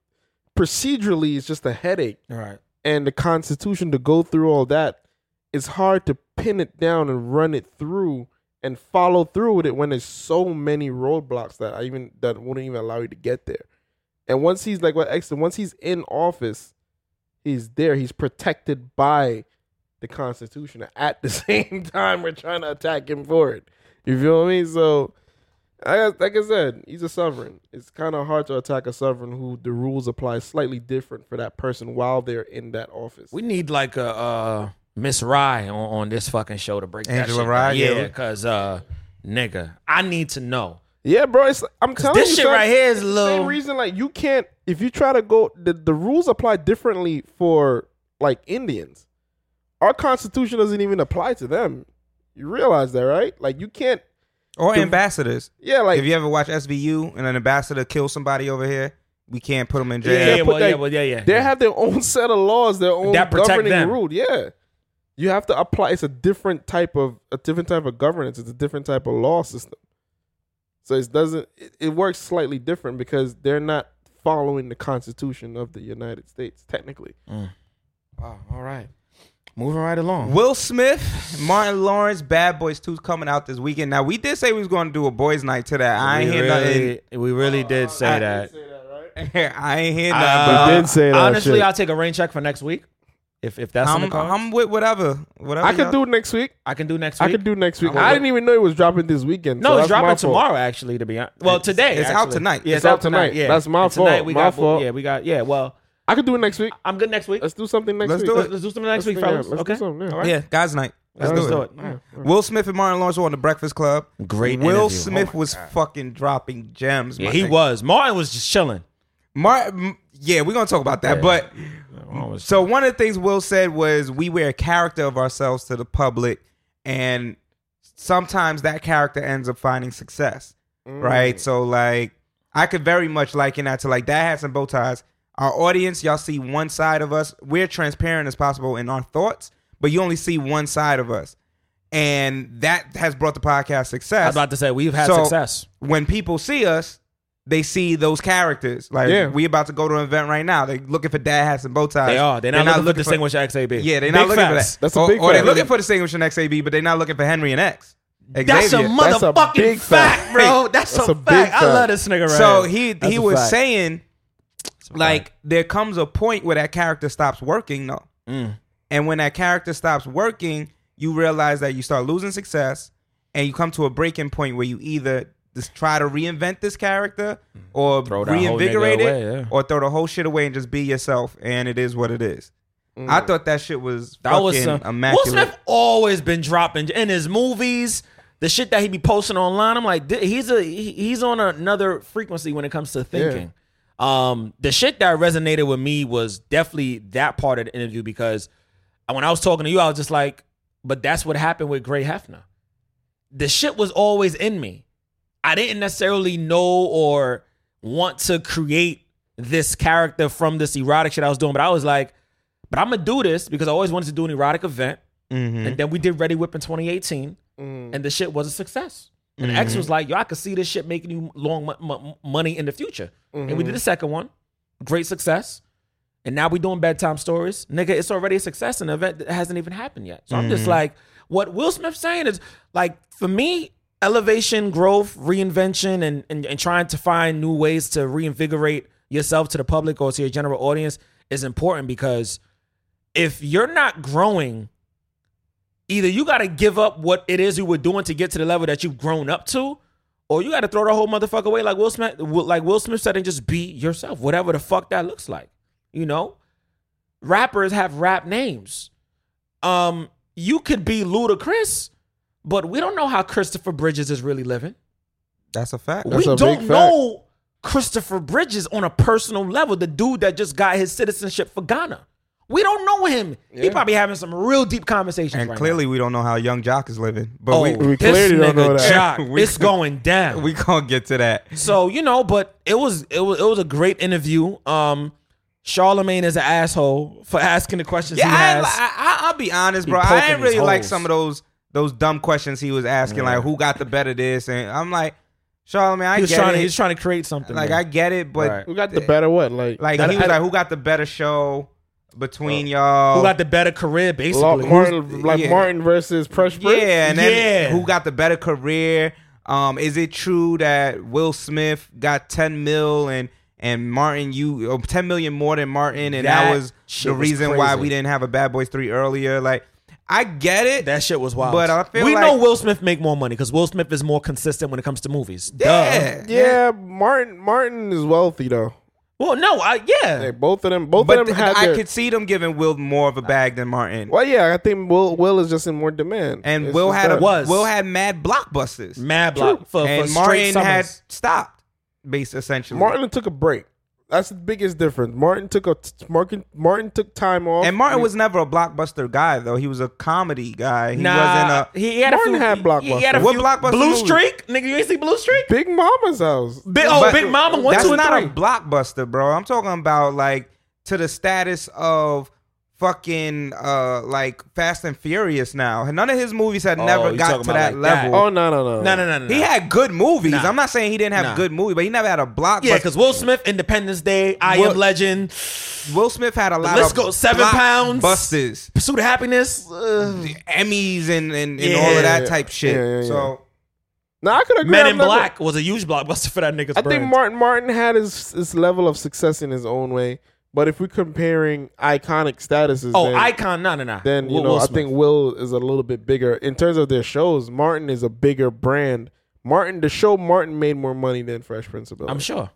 Speaker 4: procedurally, it's just a headache.
Speaker 3: All right.
Speaker 4: And the Constitution to go through all that, it's hard to pin it down and run it through and follow through with it when there's so many roadblocks that I even that wouldn't even allow you to get there. And once he's like what Exton, once he's in office, he's there. He's protected by the Constitution. At the same time, we're trying to attack him for it. You feel me? So, I, like I said, he's a sovereign. It's kind of hard to attack a sovereign who the rules apply slightly different for that person while they're in that office.
Speaker 3: We need like a uh, Miss Rye on, on this fucking show to break that
Speaker 2: Angela
Speaker 3: shit.
Speaker 2: Rye,
Speaker 3: down. yeah,
Speaker 2: yeah.
Speaker 3: because uh, nigga, I need to know.
Speaker 4: yeah, bro. It's, I'm telling
Speaker 3: this
Speaker 4: you,
Speaker 3: shit
Speaker 4: son,
Speaker 3: right here is
Speaker 4: it's
Speaker 3: a
Speaker 4: the
Speaker 3: little-
Speaker 4: Same reason, like you can't if you try to go the, the rules apply differently for like Indians. Our Constitution doesn't even apply to them. You realize that, right? Like you can't.
Speaker 2: Or
Speaker 4: The-
Speaker 2: ambassadors.
Speaker 4: Yeah, like
Speaker 2: if you ever watch SVU and an ambassador kills somebody over here, we can't put him in jail.
Speaker 3: Yeah,
Speaker 4: Yeah,
Speaker 3: well,
Speaker 4: but
Speaker 3: yeah,
Speaker 4: they-
Speaker 3: well, yeah, yeah.
Speaker 4: They have their own set of laws, their own
Speaker 3: That protect
Speaker 4: governing
Speaker 3: them.
Speaker 4: rule. Yeah, you have to apply. It's a different type of a different type of governance. It's a different type of law system. So it doesn't. It, it works slightly different because they're not following the Constitution of the United States technically.
Speaker 3: Wow, all right, moving right along.
Speaker 2: Will Smith, Martin Lawrence, Bad Boys 2 's coming out this weekend. Now, we did say we was going to do a boys' night to that. I ain't hear nothing.
Speaker 3: We really did say that.
Speaker 4: that, right?
Speaker 2: I ain't hear nothing.
Speaker 3: Uh,
Speaker 4: He did say that
Speaker 3: Honestly,
Speaker 4: shit.
Speaker 3: I'll take a rain check for next week. If if that's in the
Speaker 2: I'm,
Speaker 3: cards.
Speaker 2: I'm with whatever. Whatever.
Speaker 4: I could
Speaker 2: y'all-
Speaker 4: do it next week.
Speaker 3: I can do next week.
Speaker 4: I could do next week.
Speaker 2: I'm
Speaker 4: I
Speaker 2: with-
Speaker 4: didn't even know it was dropping this weekend.
Speaker 3: No,
Speaker 4: so
Speaker 3: it's
Speaker 4: that's my
Speaker 3: dropping
Speaker 4: fault.
Speaker 3: tomorrow. Actually, to be honest, well, today
Speaker 2: it's
Speaker 3: actually.
Speaker 2: out tonight.
Speaker 3: Yeah,
Speaker 4: It's out tonight.
Speaker 3: Yeah,
Speaker 4: That's my
Speaker 3: And Tonight
Speaker 4: fault.
Speaker 3: we
Speaker 4: My
Speaker 3: got,
Speaker 4: fault.
Speaker 3: Yeah, we got. Yeah, well,
Speaker 4: I could do it next week.
Speaker 3: I'm good next week. Let's,
Speaker 4: Let's do something next
Speaker 2: Let's
Speaker 4: week.
Speaker 2: do it.
Speaker 3: let's do something next week,
Speaker 4: figure it out.
Speaker 3: fellas.
Speaker 4: Let's
Speaker 3: okay.
Speaker 4: do something. Yeah.
Speaker 3: All right.
Speaker 2: Yeah, guys' night. Let's,
Speaker 3: Let's
Speaker 2: do,
Speaker 3: do
Speaker 2: it.
Speaker 3: it.
Speaker 2: Will Smith and Martin Lawrence were on the Breakfast Club.
Speaker 3: Great
Speaker 2: Will
Speaker 3: interview.
Speaker 2: Smith
Speaker 3: Oh my
Speaker 2: was fucking dropping gems.
Speaker 3: Yeah,
Speaker 2: my
Speaker 3: he
Speaker 2: nigga.
Speaker 3: was. Martin was just chilling.
Speaker 2: Mar- m- yeah, we're gonna talk about that.
Speaker 3: Yeah.
Speaker 2: But
Speaker 3: Martin was-
Speaker 2: so one of the things Will said was we wear a character of ourselves to the public, and sometimes that character ends up finding success. Right? So like I could very much liken that to like that hats and bow ties. Our audience, y'all see one side of us. We're transparent as possible in our thoughts, but you only see one side of us. And that has brought the podcast
Speaker 3: I
Speaker 2: success
Speaker 3: was about to say we've had
Speaker 2: So-
Speaker 3: success.
Speaker 2: when people see us, they see those characters. Like
Speaker 4: Yeah.
Speaker 2: we about to go to an event right now. They looking for dad hats and bow ties.
Speaker 3: They are. They're not looking for distinguished XAB.
Speaker 2: Yeah, they're
Speaker 3: Big
Speaker 2: not looking
Speaker 3: facts.
Speaker 2: for that.
Speaker 4: That's a
Speaker 2: or,
Speaker 4: big
Speaker 2: Or they're
Speaker 4: fact.
Speaker 2: looking for distinguished XAB, but they're not looking for Henry and X.
Speaker 3: That's a
Speaker 2: Xavier.
Speaker 4: That's a
Speaker 3: motherfucking
Speaker 4: big
Speaker 3: fact,
Speaker 4: fact.
Speaker 3: bro. That's,
Speaker 4: That's
Speaker 3: a,
Speaker 4: a big
Speaker 3: fact. I
Speaker 4: fact.
Speaker 3: love this nigga. Right
Speaker 2: so
Speaker 3: here.
Speaker 2: he
Speaker 4: That's
Speaker 2: he
Speaker 4: a
Speaker 2: was
Speaker 4: fact.
Speaker 2: saying, like, there comes a point where that character stops working, though.
Speaker 3: Mm.
Speaker 2: And when that character stops working, you realize that you start losing success and you come to a breaking point where you either just try to reinvent this character or
Speaker 3: Mm. Throw that whole
Speaker 2: reinvigorate
Speaker 3: nigga
Speaker 2: it
Speaker 3: away, yeah.
Speaker 2: or throw the whole shit away and just be yourself and it is what it is. I thought that shit was
Speaker 3: That
Speaker 2: fucking
Speaker 3: was some, Will
Speaker 2: immaculate.
Speaker 3: Smith always been dropping in his movies. The shit that he be posting online, I'm like, "Th- he's a he- he's on another frequency when it comes to thinking. Um, the shit that resonated with me was definitely that part of the interview because when I was talking to you, I was just like, but that's what happened with Gray Hefner. The shit was always in me. I didn't necessarily know or want to create this character from this erotic shit I was doing, but I was like, but I'm gonna do this because I always wanted to do an erotic event. And then we did Ready Whip in 2018, and the shit was a success. And X was like, yo, I could see this shit making you long mo- mo- money in the future. And we did the second one, great success. And now we doing bedtime stories. Nigga, it's already a success, an event that hasn't even happened yet. So I'm just like, what Will Smith's saying is like, for me, elevation, growth, reinvention, and, and, and trying to find new ways to reinvigorate yourself to the public or to your general audience is important because if you're not growing, either you got to give up what it is you were doing to get to the level that you've grown up to, or you got to throw the whole motherfucker away, like Will Smith, like Will Smith said, and just be yourself, whatever the fuck that looks like. You know, rappers have rap names. Um, you could be Ludacris, but we don't know how Christopher Bridges is really living.
Speaker 2: That's a fact.
Speaker 4: That's
Speaker 3: we
Speaker 4: a
Speaker 3: don't
Speaker 4: big fact.
Speaker 3: know Christopher Bridges on a personal level, the dude that just got his citizenship for Ghana. We don't know him. He
Speaker 4: Yeah.
Speaker 3: probably having some real deep conversations.
Speaker 2: and
Speaker 3: right now.
Speaker 2: clearly we don't know how young Jock is living. But
Speaker 3: Oh,
Speaker 2: we
Speaker 4: we
Speaker 3: this
Speaker 4: clearly don't
Speaker 3: nigga
Speaker 4: know that.
Speaker 3: Jock,
Speaker 2: We-
Speaker 3: it's going down.
Speaker 2: we gonna get to that.
Speaker 3: so you know, but it was it was it was a great interview. Um, Charlemagne is an asshole for asking the questions
Speaker 2: Yeah,
Speaker 3: he
Speaker 2: I,
Speaker 3: has.
Speaker 2: I, I, I'll be honest,
Speaker 3: He
Speaker 2: bro. I
Speaker 3: poking
Speaker 2: didn't
Speaker 3: his
Speaker 2: really like
Speaker 3: holes.
Speaker 2: some of those those dumb questions he was asking, like who got the better this, and I'm like, Charlamagne, I
Speaker 3: he was
Speaker 2: get
Speaker 3: trying
Speaker 2: it.
Speaker 3: to he was trying to create something.
Speaker 2: like
Speaker 3: man.
Speaker 2: I get it, but
Speaker 3: Right.
Speaker 4: We got the better what? Like,
Speaker 2: like
Speaker 4: that-
Speaker 2: he was
Speaker 4: that-
Speaker 2: like, who got the better show between y'all?
Speaker 3: who got the better career
Speaker 4: Law-
Speaker 3: basically?
Speaker 4: Martin, like
Speaker 2: yeah.
Speaker 4: Martin versus Fresh Prince.
Speaker 2: yeah, and then
Speaker 3: Yeah.
Speaker 2: who got the better career? Um, is it true that Will Smith got 10 mil and and Martin you oh, 10 million more than Martin, and that,
Speaker 3: That
Speaker 2: was
Speaker 3: shit
Speaker 2: the
Speaker 3: was
Speaker 2: reason why
Speaker 3: crazy.
Speaker 2: we didn't have a Bad Boys Three earlier? Like, I get it.
Speaker 3: That shit was wild.
Speaker 2: But I feel
Speaker 3: we
Speaker 2: like-
Speaker 3: know Will Smith make more money because Will Smith is more consistent when it comes to movies. Duh.
Speaker 2: yeah,
Speaker 4: Yeah, Martin. Martin is wealthy though.
Speaker 3: Well, no, I yeah.
Speaker 4: Like both of them. Both
Speaker 2: But
Speaker 4: of them
Speaker 2: th-
Speaker 4: had
Speaker 2: I
Speaker 4: their.
Speaker 2: could see them giving Will more of a bag than Martin.
Speaker 4: well, yeah, I think Will Will is just in more demand.
Speaker 2: And
Speaker 4: It's
Speaker 2: Will
Speaker 4: just
Speaker 2: had a,
Speaker 4: that.
Speaker 3: Was.
Speaker 2: Will had mad blockbusters.
Speaker 3: Mad block for, for
Speaker 2: and
Speaker 3: straight
Speaker 2: Martin had
Speaker 3: summers.
Speaker 2: stopped, base essentially.
Speaker 4: Martin took a break. That's the biggest difference. Martin took a Martin Martin took time off.
Speaker 2: and Martin was never a blockbuster guy though. He was a comedy guy. He
Speaker 3: nah,
Speaker 2: wasn't a.
Speaker 3: he, he had a
Speaker 4: Martin
Speaker 3: few.
Speaker 4: had
Speaker 3: he, he had a
Speaker 4: blockbusters.
Speaker 2: What
Speaker 3: few,
Speaker 2: blockbuster
Speaker 3: Blue
Speaker 2: movie?
Speaker 3: Streak, nigga. You ain't see Blue Streak?
Speaker 4: Big Mama's house.
Speaker 3: Big, oh,
Speaker 2: But
Speaker 3: Big Mama one,
Speaker 2: that's
Speaker 3: two, and
Speaker 2: not
Speaker 3: three.
Speaker 2: a blockbuster, bro. I'm talking about like to the status of fucking uh like Fast and Furious now. None of his movies had
Speaker 3: Oh,
Speaker 2: never
Speaker 3: you
Speaker 2: got
Speaker 3: talking
Speaker 2: to
Speaker 3: about
Speaker 2: that
Speaker 3: like that.
Speaker 2: level.
Speaker 4: Oh no no no
Speaker 3: No, no, no, no.
Speaker 2: He
Speaker 3: no.
Speaker 2: had good movies.
Speaker 3: Nah.
Speaker 2: I'm not saying he didn't have
Speaker 3: Nah.
Speaker 2: good movies, but he never had a blockbuster.
Speaker 3: yeah, because Will Smith, Independence Day, I
Speaker 2: Will-
Speaker 3: Am Legend,
Speaker 2: Will Smith had a lot
Speaker 3: Let's
Speaker 2: of
Speaker 3: go, Seven Pounds.
Speaker 2: busters,
Speaker 3: Pursuit of Happiness. uh, Ugh.
Speaker 2: Emmys, and and, and all of
Speaker 3: Yeah.
Speaker 2: that type shit.
Speaker 4: Yeah, yeah, yeah.
Speaker 2: So
Speaker 4: Now I could agree.
Speaker 3: Men
Speaker 4: I'm
Speaker 3: in
Speaker 4: not-
Speaker 3: Black was a huge blockbuster for that nigga's
Speaker 4: I
Speaker 3: brains.
Speaker 4: think Martin Martin had his his level of success in his own way, but if we're comparing iconic statuses,
Speaker 3: oh,
Speaker 4: then,
Speaker 3: Icon, no, no, no.
Speaker 4: then you
Speaker 3: Will-
Speaker 4: know
Speaker 3: Will
Speaker 4: I
Speaker 3: Smith.
Speaker 4: think Will is a little bit bigger in terms of their shows. Martin is a bigger brand. Martin, the show Martin made more money than Fresh Prince of Bel
Speaker 3: I'm sure.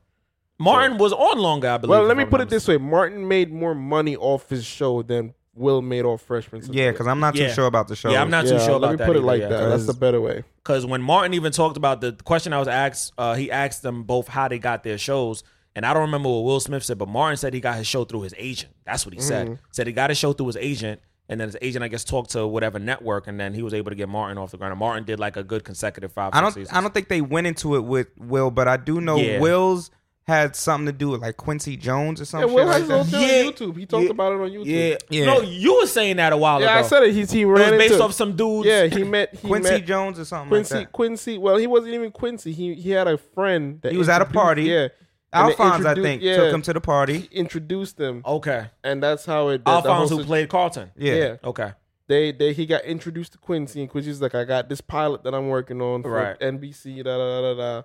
Speaker 3: Martin was on longer, I believe.
Speaker 4: Well,
Speaker 3: if
Speaker 4: let me
Speaker 3: I'm
Speaker 4: put
Speaker 3: not
Speaker 4: it this way: Martin made more money off his show than Will made off Fresh Prince. Of
Speaker 2: Yeah,
Speaker 4: Bel-Air.
Speaker 2: because I'm not too
Speaker 3: Yeah.
Speaker 2: sure about the show.
Speaker 3: Yeah, I'm not too
Speaker 4: Yeah,
Speaker 3: sure
Speaker 4: let
Speaker 3: about
Speaker 4: me
Speaker 3: that.
Speaker 4: put it
Speaker 3: either,
Speaker 4: like
Speaker 3: yeah.
Speaker 4: that. That's the better way.
Speaker 3: Because when Martin even talked about the question I was asked, uh, he asked them both how they got their shows. And I don't remember what Will Smith said, but Martin said he got his show through his agent. That's what he
Speaker 4: Mm-hmm.
Speaker 3: said. Said he got his show through his agent. And then his agent, I guess, talked to whatever network, and then he was able to get Martin off the ground. And Martin did like a good consecutive five.
Speaker 2: I
Speaker 3: six
Speaker 2: don't.
Speaker 3: Seasons.
Speaker 2: I don't think they went into it with Will, but I do know
Speaker 3: Yeah.
Speaker 2: Will's had something to do with like Quincy Jones or
Speaker 4: Yeah,
Speaker 2: something.
Speaker 4: Will has his
Speaker 2: like
Speaker 4: own
Speaker 2: that.
Speaker 4: thing
Speaker 3: Yeah.
Speaker 4: on YouTube. He talked
Speaker 3: Yeah.
Speaker 4: about it on YouTube.
Speaker 3: Yeah.
Speaker 2: Yeah.
Speaker 3: No, you were saying that a while
Speaker 4: Yeah, I
Speaker 3: ago.
Speaker 4: said it. He, he
Speaker 3: it
Speaker 4: ran
Speaker 3: was based
Speaker 4: into,
Speaker 3: off some dude.
Speaker 4: Yeah, he met he
Speaker 2: Quincy
Speaker 4: met
Speaker 2: Jones or something
Speaker 4: Quincy.
Speaker 2: like that.
Speaker 4: Quincy. Well, he wasn't even Quincy. He he had a friend. That
Speaker 2: He was at a
Speaker 4: introduced-
Speaker 2: party.
Speaker 4: Yeah, and they
Speaker 2: Alphonse, I
Speaker 4: introdu-
Speaker 2: think,
Speaker 4: yeah,
Speaker 2: took him to Oh. the party.
Speaker 4: he introduced them,
Speaker 3: Okay.
Speaker 4: and that's how it. that- the
Speaker 3: Alphonse,
Speaker 4: whole
Speaker 3: who
Speaker 4: sit-
Speaker 3: played Carlton.
Speaker 2: Yeah.
Speaker 4: yeah.
Speaker 3: Okay.
Speaker 4: They they he got introduced to Quincy, and Quincy's like, I got this pilot that I'm working on for
Speaker 3: Right.
Speaker 4: NBC. Da da da da. da.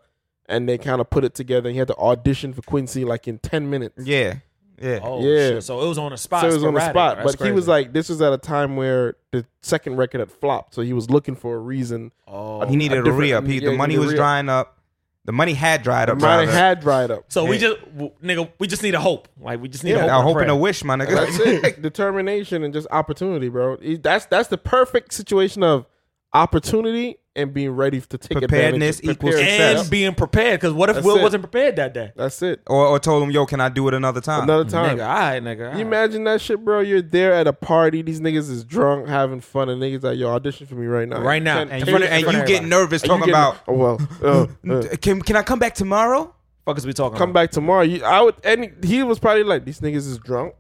Speaker 4: And they kind of put it together. He had to audition for Quincy like in ten minutes.
Speaker 2: Yeah. Yeah.
Speaker 3: Oh
Speaker 4: Yeah.
Speaker 3: shit. So it was on a spot.
Speaker 4: So it was on the
Speaker 3: sporadic.
Speaker 4: spot.
Speaker 3: That's
Speaker 4: But he was
Speaker 3: crazy.
Speaker 4: like, this was at a time where the second record had flopped. So he was looking for a reason.
Speaker 3: oh.
Speaker 2: He needed a,
Speaker 4: different-
Speaker 2: re-up. He,
Speaker 4: yeah,
Speaker 2: the
Speaker 4: he
Speaker 2: money
Speaker 4: needed a
Speaker 2: was
Speaker 4: re-up.
Speaker 2: drying up. The money had dried up.
Speaker 4: Mine
Speaker 2: rather.
Speaker 4: had dried up.
Speaker 3: So we just w- nigga, we just need a hope. Like we just need a
Speaker 4: Yeah,
Speaker 3: hope.
Speaker 2: I
Speaker 3: and a
Speaker 2: hope and
Speaker 3: prayer.
Speaker 2: a wish, my nigga.
Speaker 4: That's it. Determination and just opportunity, bro. It- That's that's the perfect situation of opportunity and being ready to take
Speaker 2: Preparedness
Speaker 4: advantage.
Speaker 2: equals
Speaker 4: Prepared.
Speaker 2: success.
Speaker 3: and being prepared. Because what if
Speaker 4: That's
Speaker 3: Will
Speaker 4: it.
Speaker 3: wasn't prepared that day?
Speaker 4: That's it.
Speaker 2: or, or told him, yo, can I do it another time?
Speaker 4: Another time.
Speaker 3: Nigga, all right, nigga. all
Speaker 4: You
Speaker 3: right.
Speaker 4: imagine that shit, bro. You're there at a party. These niggas is drunk, having fun, and niggas like, yo, audition for me right now.
Speaker 3: Right now.
Speaker 4: Ten-
Speaker 3: And
Speaker 2: and
Speaker 4: ten-
Speaker 2: you,
Speaker 3: of- in
Speaker 2: and
Speaker 3: front
Speaker 2: you
Speaker 3: of
Speaker 2: get
Speaker 3: everybody.
Speaker 2: nervous
Speaker 4: you
Speaker 2: talking
Speaker 4: getting-
Speaker 2: about,
Speaker 4: oh, well, uh, uh,
Speaker 2: can can I come back tomorrow?
Speaker 3: Fuck is we talking?
Speaker 4: come
Speaker 3: about?
Speaker 4: back tomorrow. You, I would, and he was probably like, these niggas is drunk.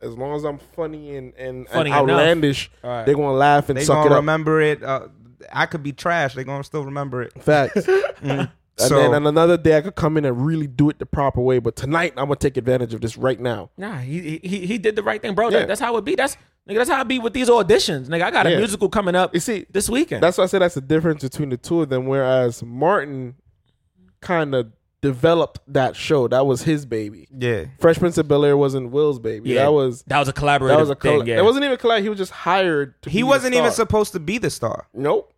Speaker 4: As long as I'm funny and and,
Speaker 3: Funny
Speaker 4: and
Speaker 3: enough.
Speaker 4: outlandish,
Speaker 3: Alright.
Speaker 4: they're gonna laugh and
Speaker 2: They
Speaker 4: suck it
Speaker 2: gonna
Speaker 4: up.
Speaker 2: remember it. Uh, I could be trash. They gonna still remember it.
Speaker 4: Facts. And
Speaker 2: So-
Speaker 4: then on another day, I could come in and really do it the proper way. But tonight, I'm gonna take advantage of this right now.
Speaker 3: Nah, he he he did the right thing, bro.
Speaker 4: Yeah.
Speaker 3: That, that's how it be. That's nigga. That's how it be with these auditions, nigga. I got a
Speaker 4: Yeah.
Speaker 3: musical coming up.
Speaker 4: You see,
Speaker 3: this weekend.
Speaker 4: That's why I said that's the difference between the two of them. Whereas Martin kind of developed that show. That was his baby.
Speaker 2: Yeah.
Speaker 4: Fresh Prince of Bel Air wasn't Will's baby.
Speaker 3: Yeah.
Speaker 4: That was
Speaker 3: that was a collaborative
Speaker 4: that was a
Speaker 3: thing.
Speaker 4: colla-
Speaker 3: yeah.
Speaker 4: It wasn't even collab. He was just hired. To be
Speaker 2: He
Speaker 4: the
Speaker 2: wasn't even
Speaker 4: star.
Speaker 2: supposed to be the star.
Speaker 4: nope.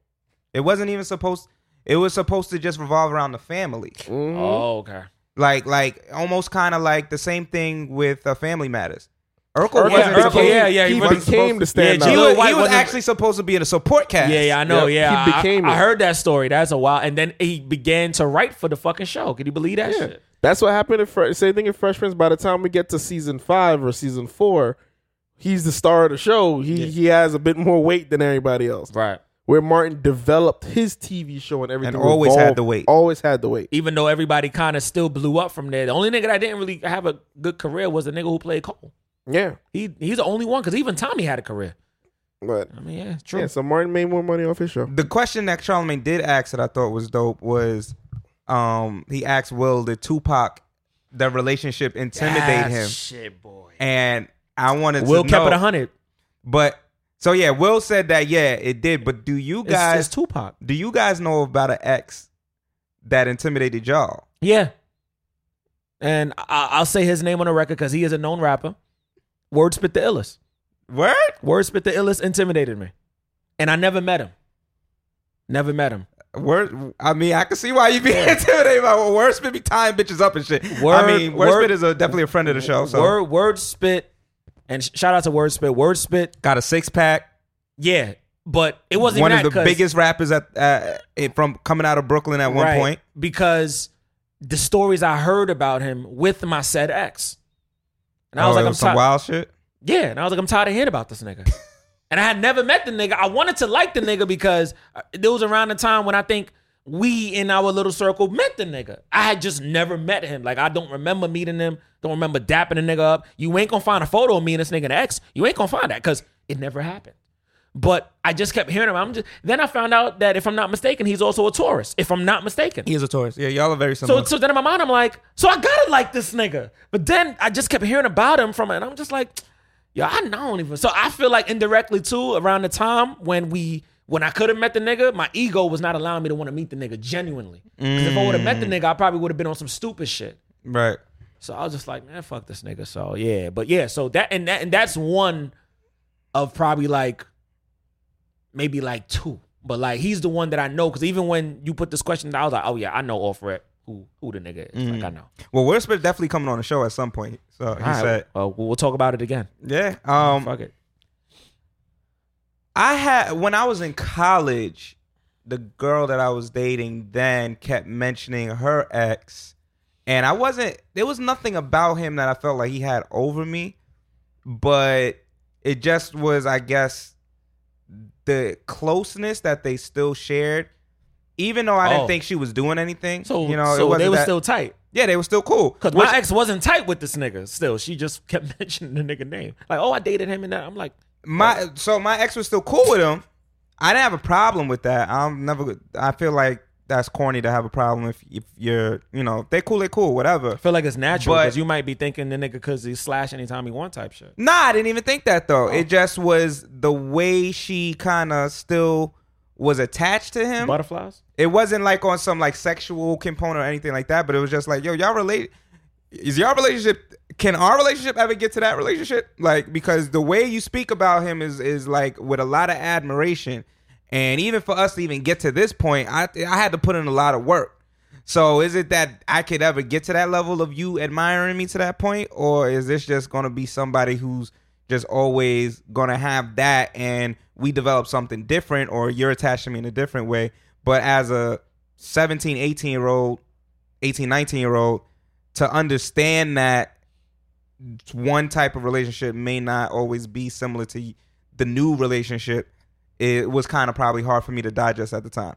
Speaker 2: It wasn't even supposed. It was supposed to just revolve around the family.
Speaker 4: Mm-hmm.
Speaker 3: Oh, okay.
Speaker 2: Like like almost kind of like the same thing with uh, Family Matters. Urkel
Speaker 4: Urkel
Speaker 2: wasn't
Speaker 3: Yeah, Urkel,
Speaker 2: supposed-
Speaker 4: became-
Speaker 3: yeah, yeah, he
Speaker 4: He,
Speaker 3: wasn't
Speaker 4: became the
Speaker 2: supposed
Speaker 3: to- yeah,
Speaker 4: standout.
Speaker 2: He
Speaker 3: G-Lo
Speaker 2: was,
Speaker 3: White
Speaker 2: he was
Speaker 3: wasn't-
Speaker 2: actually supposed to be in a support cast.
Speaker 3: Yeah, yeah, I know.
Speaker 4: Yep.
Speaker 3: Yeah,
Speaker 4: He
Speaker 3: I-
Speaker 4: became
Speaker 3: I,
Speaker 4: it.
Speaker 3: heard that story. That's a while. And then he began to write for the fucking show. Can you believe that
Speaker 4: Yeah.
Speaker 3: shit?
Speaker 4: That's what happened in Fresh. Same thing in Fresh Prince. By the time we get to season five or season four, he's the star of the show. He he has a bit more weight than everybody else.
Speaker 3: Right.
Speaker 4: Where Martin developed his TV show and everything,
Speaker 2: And always had
Speaker 4: revolved-
Speaker 2: the weight.
Speaker 4: Always had the weight.
Speaker 3: Even though everybody kind of still blew up from there, the only nigga that didn't really have a good career was the nigga who played Cole.
Speaker 4: Yeah,
Speaker 3: He he's the only one because even Tommy had a career.
Speaker 4: but
Speaker 3: I mean, yeah, it's true.
Speaker 4: yeah. So Martin made more money off his show.
Speaker 2: The question that Charlemagne did ask that I thought was dope was, um, he asked Will did Tupac the relationship intimidate
Speaker 3: Ah,
Speaker 2: him,
Speaker 3: Shit, boy.
Speaker 2: and I wanted
Speaker 3: Will
Speaker 2: to
Speaker 3: kept
Speaker 2: know,
Speaker 3: it hundred.
Speaker 2: But so yeah, Will said that yeah, it did. But do you guys
Speaker 3: Guys, it's Tupac.
Speaker 2: do you guys know about an ex that intimidated y'all?
Speaker 3: Yeah. And I, I'll say his name on the record because he is a known rapper. Word spit the illest.
Speaker 2: What?
Speaker 3: Word spit the illest intimidated me, and I never met him. Never met him.
Speaker 2: Word, I mean, I can see why you be intimidated by well, Wordsmith be tying bitches up and shit.
Speaker 3: Word-
Speaker 2: I mean, Wordsmith
Speaker 3: word-
Speaker 2: is a, definitely a friend of the show. So
Speaker 3: Word word spit, and sh- shout out to word spit. Word spit.
Speaker 2: got a six pack.
Speaker 3: Yeah, but it wasn't
Speaker 2: One
Speaker 3: even
Speaker 2: of the
Speaker 3: that 'cause-
Speaker 2: biggest rappers at uh, it- from coming out of Brooklyn at one
Speaker 3: Right,
Speaker 2: point.
Speaker 3: because the stories I heard about him with my said ex, and I
Speaker 2: Oh,
Speaker 3: was like,
Speaker 2: it
Speaker 3: I'm
Speaker 2: some
Speaker 3: tired.
Speaker 2: wild shit.
Speaker 3: Yeah, and I was like, I'm tired of hearing about this nigga. and I had never met the nigga. I wanted to like the nigga because uh, there was around the time when I think we in our little circle met the nigga. I had just never met him. Like I don't remember meeting him. Don't remember dapping the nigga up. You ain't gonna find a photo of me and this nigga and ex. You ain't gonna find that because it never happened. But I just kept hearing him. I'm just then I found out that if I'm not mistaken, he's also a Taurus. If I'm not mistaken.
Speaker 2: He is a Taurus. Yeah, y'all are very similar.
Speaker 3: So, so then in my mind, I'm like, so I gotta like this nigga. But then I just kept hearing about him from it, and I'm just like, yo, I don't even. So I feel like indirectly too, around the time when we When I could have met the nigga, my ego was not allowing me to want to meet the nigga genuinely. Because if I would have met the nigga, I probably would have been on some stupid shit.
Speaker 2: Right.
Speaker 3: So I was just like, man, fuck this nigga. So yeah, but yeah, so that and that and that's one of probably like maybe like two. But like he's the one that I know because even when you put this question, I was like, oh yeah, I know off rep who who the nigga is. Like I know.
Speaker 2: Well, we're supposed- definitely coming on the show at some point. So he
Speaker 3: All right,
Speaker 2: said,
Speaker 3: well, we'll we'll talk about it again.
Speaker 2: yeah. Um,
Speaker 3: fuck it.
Speaker 2: I had when I was in college, the girl that I was dating then kept mentioning her ex, and I wasn't. There was nothing about him that I felt like he had over me, but it just was, I guess, the closeness that they still shared. Even though I
Speaker 3: Oh.
Speaker 2: didn't think she was doing anything,
Speaker 3: So
Speaker 2: you know, it
Speaker 3: so
Speaker 2: wasn't
Speaker 3: they were
Speaker 2: that-
Speaker 3: still tight.
Speaker 2: yeah, they were still cool.
Speaker 3: Cause
Speaker 2: Which-
Speaker 3: my ex wasn't tight with this nigga. Still, she just kept mentioning the nigga name. Like, oh, I dated him and that. I'm like,
Speaker 2: my so my ex was still cool with him. I didn't have a problem with that. I'm never. I feel like that's corny to have a problem if if you're you know if they cool they cool whatever.
Speaker 3: I feel like it's natural
Speaker 2: But-
Speaker 3: because you might be thinking the nigga because he slash anytime he want type shit.
Speaker 2: Nah, I didn't even think that though. It just was the way she kind of still was attached to him.
Speaker 3: Butterflies.
Speaker 2: it wasn't like on some like sexual component or anything like that. But it was just like yo, y'all relate. Is y'all relationship? Can our relationship ever get to that relationship? Like because the way you speak about him is is like with a lot of admiration, and even for us to even get to this point, I I had to put in a lot of work. So is it that I could ever get to that level of you admiring me to that point, or is this just gonna be somebody who's just always gonna have that, and we develop something different, or you're attached to me in a different way? But as a 17, 18 year old, 18, 19 year old, to understand that one type of relationship may not always be similar to the new relationship, it was kind of probably hard for me to digest at the time.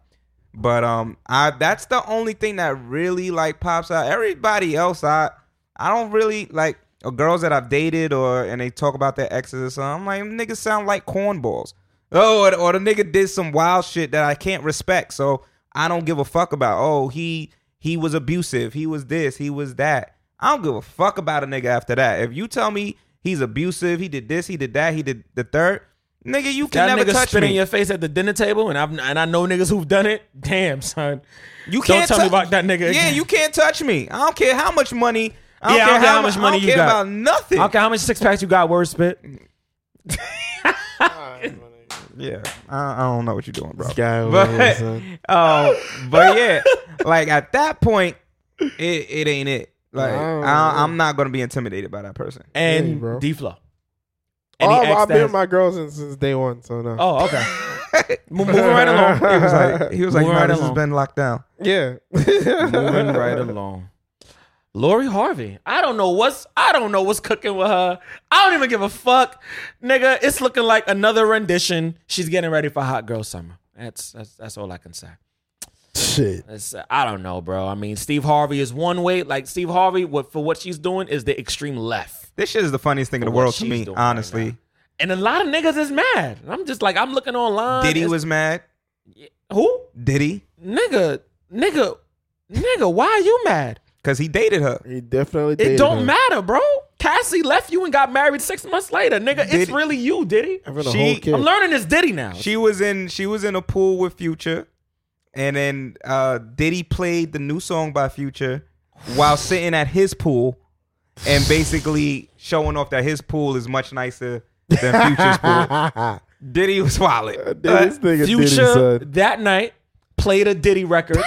Speaker 2: But um, I that's the only thing that really like pops out. Everybody else, I I don't really like or girls that I've dated or and they talk about their exes or something. I'm like niggas sound like cornballs. Oh, or, or the nigga did some wild shit that I can't respect, so I don't give a fuck about. Oh, he he was abusive. He was this. He was that. I don't give a fuck about a nigga after that. If you tell me he's abusive, he did this, he did that, he did the third. Nigga, you can
Speaker 3: That
Speaker 2: never
Speaker 3: nigga
Speaker 2: touch
Speaker 3: spit in
Speaker 2: me.
Speaker 3: your face at the dinner table, and I've and I know niggas who've done it. Damn, son.
Speaker 2: You
Speaker 3: Don't
Speaker 2: can't
Speaker 3: tell me
Speaker 2: tou-
Speaker 3: about that nigga
Speaker 2: Yeah,
Speaker 3: again.
Speaker 2: you can't touch me. I don't care how much money. I don't
Speaker 3: Yeah, I
Speaker 2: care
Speaker 3: don't care
Speaker 2: how,
Speaker 3: how
Speaker 2: mu-
Speaker 3: much money
Speaker 2: I don't
Speaker 3: you
Speaker 2: care
Speaker 3: got.
Speaker 2: about nothing.
Speaker 3: Okay, how much six packs you got? Word spit.
Speaker 2: Yeah, I, I don't know what you're doing, bro.
Speaker 4: guy over here,
Speaker 2: but
Speaker 4: son.
Speaker 3: Uh,
Speaker 2: um, but yeah, like at that point, it it ain't it. Like
Speaker 4: Wow.
Speaker 2: I, I'm not gonna be intimidated by that person.
Speaker 4: Yeah,
Speaker 3: And
Speaker 4: bro.
Speaker 3: D Flow.
Speaker 4: Oh,
Speaker 3: Any ex that
Speaker 4: I've been
Speaker 3: has-
Speaker 4: with my girl since, since day one, so no.
Speaker 3: Oh, okay. Mo- Moving right
Speaker 2: He
Speaker 3: along.
Speaker 2: was like, he was like,
Speaker 3: Moving
Speaker 2: no,
Speaker 3: right
Speaker 2: this has
Speaker 3: along.
Speaker 2: been locked down.
Speaker 4: Yeah.
Speaker 3: Moving right along. Lori Harvey. I don't know what's I don't know what's cooking with her. I don't even give a fuck. Nigga, it's looking like another rendition. She's getting ready for hot girl summer. That's that's, that's all I can say.
Speaker 4: Shit.
Speaker 3: It's, uh, I don't know, bro. I mean, Steve Harvey is one way. Like Steve Harvey, what for what she's doing is the extreme left.
Speaker 2: This shit is the funniest thing in the
Speaker 3: For what
Speaker 2: world to
Speaker 3: Oh, she's
Speaker 2: me,
Speaker 3: doing right
Speaker 2: honestly.
Speaker 3: now. And a lot of niggas is mad. I'm just like, I'm looking online.
Speaker 2: Diddy
Speaker 3: It's-
Speaker 2: was mad.
Speaker 3: who?
Speaker 2: Diddy,
Speaker 3: Nigga, nigga, nigga, why are you mad?
Speaker 2: because he dated her.
Speaker 4: He definitely
Speaker 3: It
Speaker 4: dated
Speaker 3: don't
Speaker 4: her.
Speaker 3: matter, bro. Cassie left you and got married six months later. Nigga, it's
Speaker 2: Diddy-
Speaker 3: really you, Diddy.
Speaker 4: Having a
Speaker 2: She-
Speaker 4: whole kid.
Speaker 3: I'm learning this Diddy now.
Speaker 2: She was in she was in a pool with Future, and then uh, Diddy played the new song by Future while sitting at his pool, and basically showing off that his pool is much nicer than Future's pool. Diddy was wild.
Speaker 4: Dude, this nigga
Speaker 3: Future
Speaker 4: Diddy, son.
Speaker 3: that night played a Diddy record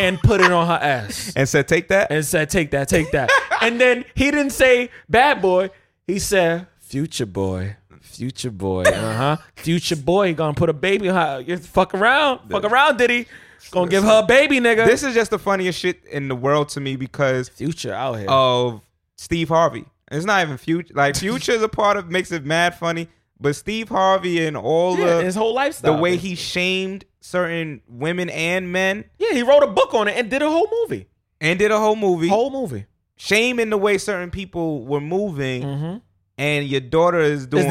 Speaker 3: and put it on her ass
Speaker 2: and said, "Take that."
Speaker 3: and said, "Take that, take that." and then he didn't say "bad boy." He said, "Future boy." Future boy, uh huh. Future boy, he gonna put a baby. on her. You Fuck around, fuck around, Diddy. Gonna give her a baby, nigga.
Speaker 2: This is just the funniest shit in the world to me because
Speaker 3: future out here.
Speaker 2: of Steve Harvey. It's not even future. Like future is a part of makes it mad funny, but Steve Harvey and all
Speaker 3: yeah, his
Speaker 2: the
Speaker 3: whole
Speaker 2: the
Speaker 3: lifestyle.
Speaker 2: way he shamed certain women and men
Speaker 3: Yeah, he wrote a book on it and did a whole movie.
Speaker 2: and did a whole movie.
Speaker 3: Whole movie.
Speaker 2: shame in the way certain people were moving and your daughter is doing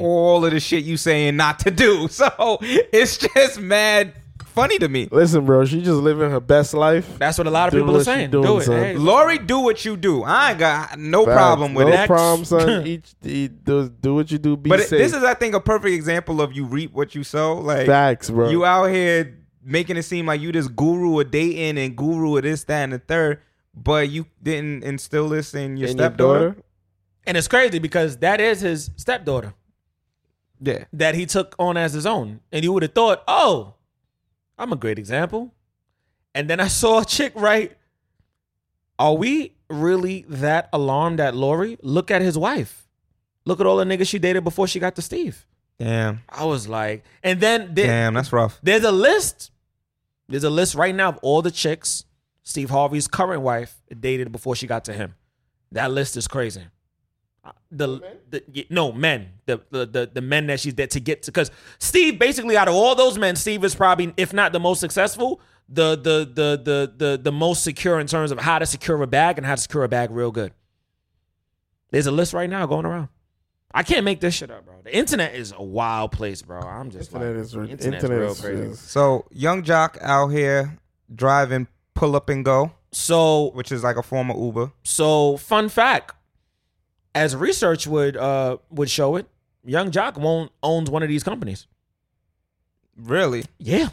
Speaker 2: all of the shit you saying not to do so it's just mad funny to me.
Speaker 4: Listen, bro, she just living her best life.
Speaker 3: That's what a lot of
Speaker 4: Doing
Speaker 3: people are
Speaker 4: what she
Speaker 3: saying.
Speaker 4: doing,
Speaker 3: Do it.
Speaker 4: son.
Speaker 3: Hey,
Speaker 2: Lori, do what you do. I ain't got no problem with
Speaker 4: no
Speaker 2: it.
Speaker 4: problem, son. Each, e- do, do what you do. Be
Speaker 2: But it-
Speaker 4: safe.
Speaker 2: this is, I think, a perfect example of you reap what you sow. Like
Speaker 4: facts, bro.
Speaker 2: you out here making it seem like you this guru of dating and guru of this, that, and the third, but you didn't instill this in your
Speaker 4: and your
Speaker 2: stepdaughter.
Speaker 4: daughter.
Speaker 3: And it's crazy because that is his stepdaughter
Speaker 2: Yeah,
Speaker 3: that he took on as his own. And you would have thought, oh, I'm a great example. And then I saw a chick right. Are we really that alarmed at Lori? Look at his wife. Look at all the niggas she dated before she got to Steve.
Speaker 2: damn,
Speaker 3: I was like, and then there-
Speaker 2: damn, that's rough.
Speaker 3: there's a list. There's a list right now of all the chicks Steve Harvey's current wife dated before she got to him. That list is crazy. Uh, The, the y- no men the, the the the men that she's that to get to because Steve basically out of all those men Steve is probably if not the most successful the the the the the the most secure in terms of how to secure a bag and how to secure a bag real good. There's a list right now going around. I can't make this shit up, bro. The internet is a wild place, bro. I'm just
Speaker 4: Internet
Speaker 3: like
Speaker 4: is rid-
Speaker 3: internet's
Speaker 4: internet
Speaker 3: real
Speaker 4: is-
Speaker 3: crazy.
Speaker 4: is-
Speaker 2: So young jock out here driving pull up and go,
Speaker 3: So
Speaker 2: which is like a form of Uber.
Speaker 3: So, fun fact, as research would uh would show it, Young Jock won't, owns one of these companies.
Speaker 2: Really?
Speaker 3: Yeah.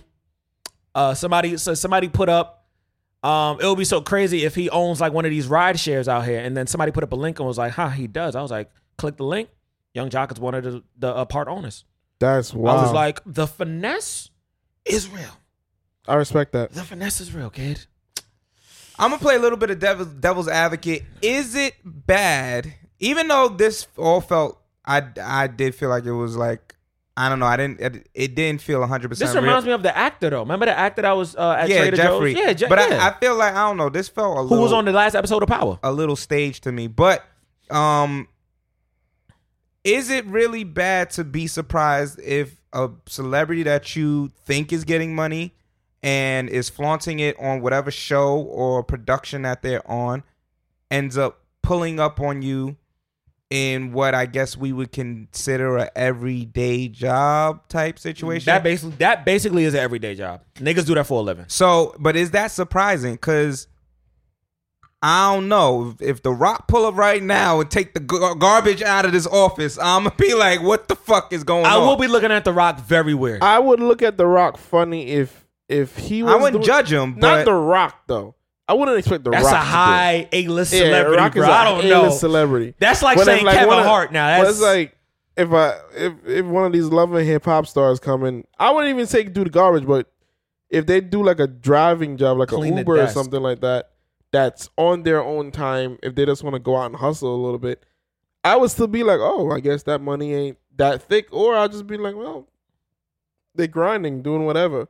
Speaker 3: Uh somebody so somebody put up um it would be so crazy if he owns like one of these ride shares out here and then somebody put up a link and was like, "Huh, he does." I was like, "Click the link." Young Jock is one of the, the uh, part owners.
Speaker 4: That's wow.
Speaker 3: I was like, "The finesse is real.
Speaker 4: I respect that.
Speaker 3: The finesse is real, kid."
Speaker 2: I'm gonna play a little bit of devil's, devil's advocate. Is it bad? Even though this all felt, I I did feel like it was like I don't know. I didn't. It, it didn't feel 100. percent
Speaker 3: This reminds me of the actor though. Remember the actor that was uh, at
Speaker 2: yeah,
Speaker 3: Trader
Speaker 2: Jeffrey.
Speaker 3: Joe's? Yeah, Je-
Speaker 2: but
Speaker 3: yeah.
Speaker 2: I, I feel like I don't know. This felt a
Speaker 3: who
Speaker 2: little
Speaker 3: was on the last episode of Power?
Speaker 2: a little stage to me. But um, is it really bad to be surprised if a celebrity that you think is getting money and is flaunting it on whatever show or production that they're on ends up pulling up on you in what I guess we would consider a everyday job type situation?
Speaker 3: That basically that basically is an everyday job. Niggas do that for a living.
Speaker 2: So, but is that surprising? Because I don't know if the Rock pull up right now and take the gar- garbage out of this office. I'm gonna be like, what the fuck is going
Speaker 3: I
Speaker 2: on?
Speaker 3: will be looking at The Rock very weird.
Speaker 4: I would look at The Rock funny if if he was
Speaker 2: I wouldn't
Speaker 4: doing-
Speaker 2: judge him,
Speaker 4: Not
Speaker 2: but
Speaker 4: The Rock though. I wouldn't expect The
Speaker 3: That's
Speaker 4: Rock.
Speaker 3: a
Speaker 4: to do it.
Speaker 3: high A list
Speaker 4: Yeah,
Speaker 3: celebrity,
Speaker 4: Rock
Speaker 3: bro.
Speaker 4: is a
Speaker 3: I don't
Speaker 4: A-list
Speaker 3: know.
Speaker 4: Celebrity.
Speaker 3: That's like
Speaker 4: But if,
Speaker 3: saying Kevin
Speaker 4: one of-
Speaker 3: Hart now.
Speaker 4: but
Speaker 3: That's
Speaker 4: it's like if I if if one of these loving hip hop stars come in, I wouldn't even say do the garbage, but if they do like a driving job, like
Speaker 3: Clean
Speaker 4: a
Speaker 3: the
Speaker 4: Uber or
Speaker 3: desk.
Speaker 4: something like that, that's on their own time. If they just want to go out and hustle a little bit, I would still be like, oh, I guess that money ain't that thick, or I'll just be like, well, they grinding, doing whatever,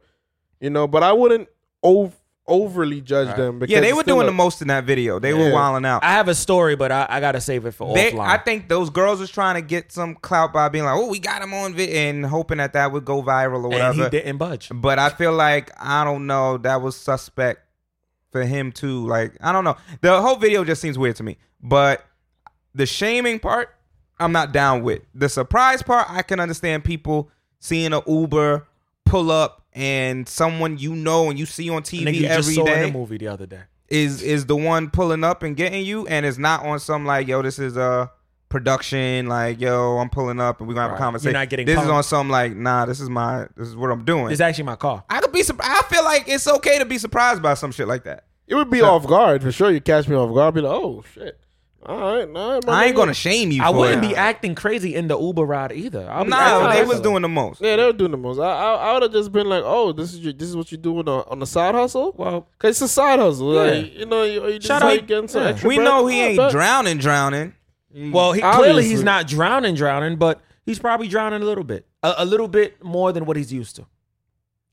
Speaker 4: you know. But I wouldn't ov- overly judge them because
Speaker 2: yeah, they
Speaker 4: it's
Speaker 2: were
Speaker 4: still
Speaker 2: doing
Speaker 4: a-
Speaker 2: the most in that video. They were
Speaker 4: Yeah.
Speaker 2: wilding out.
Speaker 3: I have a story, but I, I gotta save it for
Speaker 2: They,
Speaker 3: offline.
Speaker 2: I think those girls was trying to get some clout by being like, "Oh, we got him on video," and hoping that that would go viral or
Speaker 3: and
Speaker 2: whatever.
Speaker 3: he didn't budge.
Speaker 2: But I feel like I don't know. That was suspect for him too. Like I don't know. The whole video just seems weird to me. But the shaming part, I'm not down with. The surprise part, I can understand people seeing an Uber pull up and someone you know and you see on
Speaker 3: Nigga,
Speaker 2: TV
Speaker 3: you just
Speaker 2: every
Speaker 3: saw in the
Speaker 2: day
Speaker 3: movie the other day.
Speaker 2: is is the one pulling up and getting you, and it's not on some like yo, this is a production like yo, I'm pulling up and we're gonna have
Speaker 3: Right.
Speaker 2: a
Speaker 3: You're
Speaker 2: conversation.
Speaker 3: not getting
Speaker 2: this is
Speaker 3: punked.
Speaker 2: on some like nah, this is my this is what I'm doing.
Speaker 3: It's actually my car.
Speaker 2: I could be. surp- I feel like it's okay to be surprised by some shit like that.
Speaker 4: It would be off guard for sure. You catch me off guard, I'd be like, oh shit. All right, all right, my
Speaker 2: I ain't
Speaker 4: nigga.
Speaker 2: gonna shame you.
Speaker 3: I
Speaker 2: for
Speaker 3: wouldn't
Speaker 2: it.
Speaker 3: be acting crazy in the Uber ride either. I'll be
Speaker 2: Nah,
Speaker 3: acting
Speaker 2: they
Speaker 3: crazy.
Speaker 2: was doing the most.
Speaker 4: Yeah, they were doing the most. I I, I would have just been like, oh, this is your, this is what you do on a, on a side hustle.
Speaker 3: well.
Speaker 4: Cause it's a side hustle.
Speaker 3: Yeah.
Speaker 4: Like, you know, you, you just
Speaker 3: Shout
Speaker 4: how
Speaker 3: out-
Speaker 4: you getting some
Speaker 3: yeah.
Speaker 4: extra
Speaker 2: We
Speaker 4: bread?
Speaker 2: know he
Speaker 4: Yeah,
Speaker 2: ain't
Speaker 4: but-
Speaker 2: drowning, drowning.
Speaker 3: Well, he,
Speaker 4: Obviously.
Speaker 3: clearly he's not drowning, drowning, but he's probably drowning a little bit, a, a little bit more than what he's used to.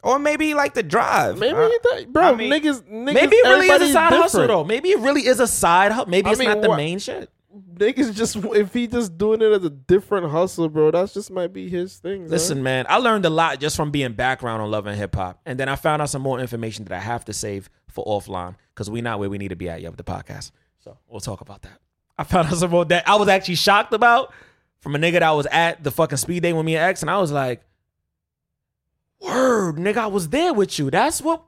Speaker 2: Or maybe he like to drive.
Speaker 4: Maybe
Speaker 2: Uh,
Speaker 4: he thought, bro,
Speaker 2: I mean,
Speaker 4: niggas, niggas.
Speaker 3: Maybe it really is a
Speaker 4: everybody's
Speaker 3: side hustle
Speaker 4: different.
Speaker 3: though. Maybe it really is a side hustle. Maybe
Speaker 4: I
Speaker 3: it's
Speaker 4: mean,
Speaker 3: not the
Speaker 4: what-
Speaker 3: main shit.
Speaker 4: Niggas just if he just doing it as a different hustle, bro. That's just might be his thing. son.
Speaker 3: Listen, man, I learned a lot just from being background on love and hip hop, and then I found out some more information that I have to save for offline because we not where we need to be at yet with the podcast. So we'll talk about that. I found out some more that I was actually shocked about from a nigga that was at the fucking speed day with me and X, and I was like, Word, nigga, I was there with you. That's what,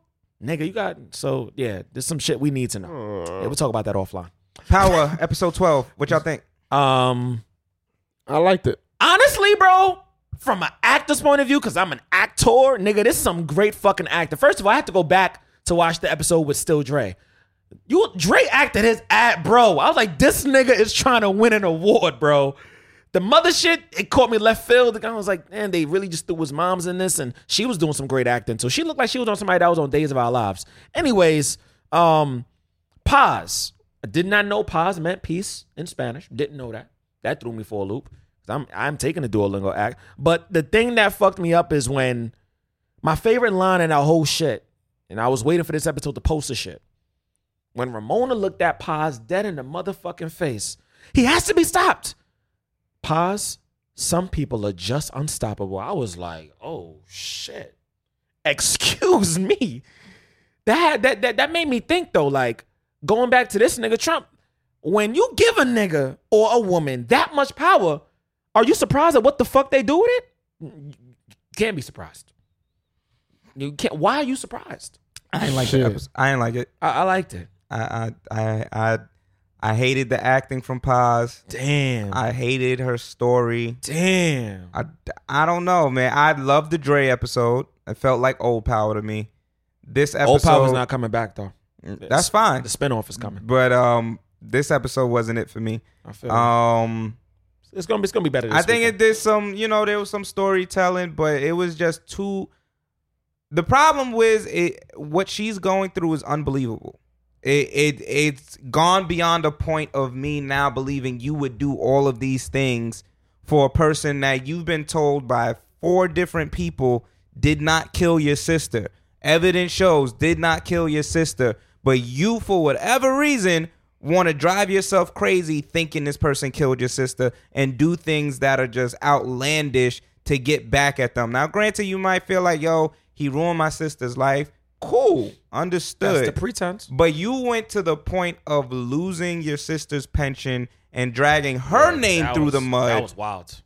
Speaker 3: nigga, you got. So yeah, there's some shit we need to know. Yeah, we'll talk about that offline.
Speaker 2: Power episode twelve. What y'all think?
Speaker 3: Um,
Speaker 4: I liked it.
Speaker 3: honestly, bro, from an actor's point of view, because I'm an actor, nigga, this is some great fucking actor. First of all, I had to go back to watch the episode with Still Dre. You Dre acted his ad, bro. I was like, this nigga is trying to win an award, bro. The mother shit, it caught me left field. The guy was like, man, they really just threw his mom's in this, and she was doing some great acting. So she looked like she was on somebody that was on Days of Our Lives. Anyways, um, pause. I did not know pause meant peace in Spanish. Didn't know that. That threw me for a loop. 'Cause I'm I'm taking the Duolingo act. But the thing that fucked me up is when my favorite line in that whole shit, and I was waiting for this episode to post the shit. When Ramona looked at Paz dead in the motherfucking face, he has to be stopped. Paz, some people are just unstoppable. I was like, oh shit. Excuse me that that that that made me think though, like going back to this nigga Trump, when you give a nigga or a woman that much power, are you surprised at what the fuck they do with it? You can't be surprised. You can't. Why are you surprised?
Speaker 2: I ain't like
Speaker 4: Shit.
Speaker 2: the episode. I ain't like it.
Speaker 3: I, I liked it.
Speaker 2: I I I I, I hated the acting from Paz.
Speaker 3: Damn.
Speaker 2: I hated her story.
Speaker 3: damn.
Speaker 2: I, I don't know, man. I loved the Dre episode. It felt like old power to me. This episode,
Speaker 3: Old Power's not coming back though.
Speaker 2: that's fine.
Speaker 3: The spinoff is coming.
Speaker 2: But um, this episode wasn't it for me.
Speaker 3: I feel it.
Speaker 2: Um,
Speaker 3: it's gonna be it's gonna be better. This
Speaker 2: I think it did some, you know, there was some storytelling, but it was just too. The problem with it, what she's going through is unbelievable. It, it it's gone beyond a point of me now believing you would do all of these things for a person that you've been told by four different people did not kill your sister. Evidence shows did not kill your sister, but you for whatever reason want to drive yourself crazy thinking this person killed your sister and do things that are just outlandish to get back at them. Now, granted, you might feel like, yo, he ruined my sister's life. Cool, understood.
Speaker 3: That's the pretense.
Speaker 2: But you went to the point of losing your sister's pension and dragging her name
Speaker 3: That
Speaker 2: through
Speaker 3: was-
Speaker 2: the mud
Speaker 3: That was wild.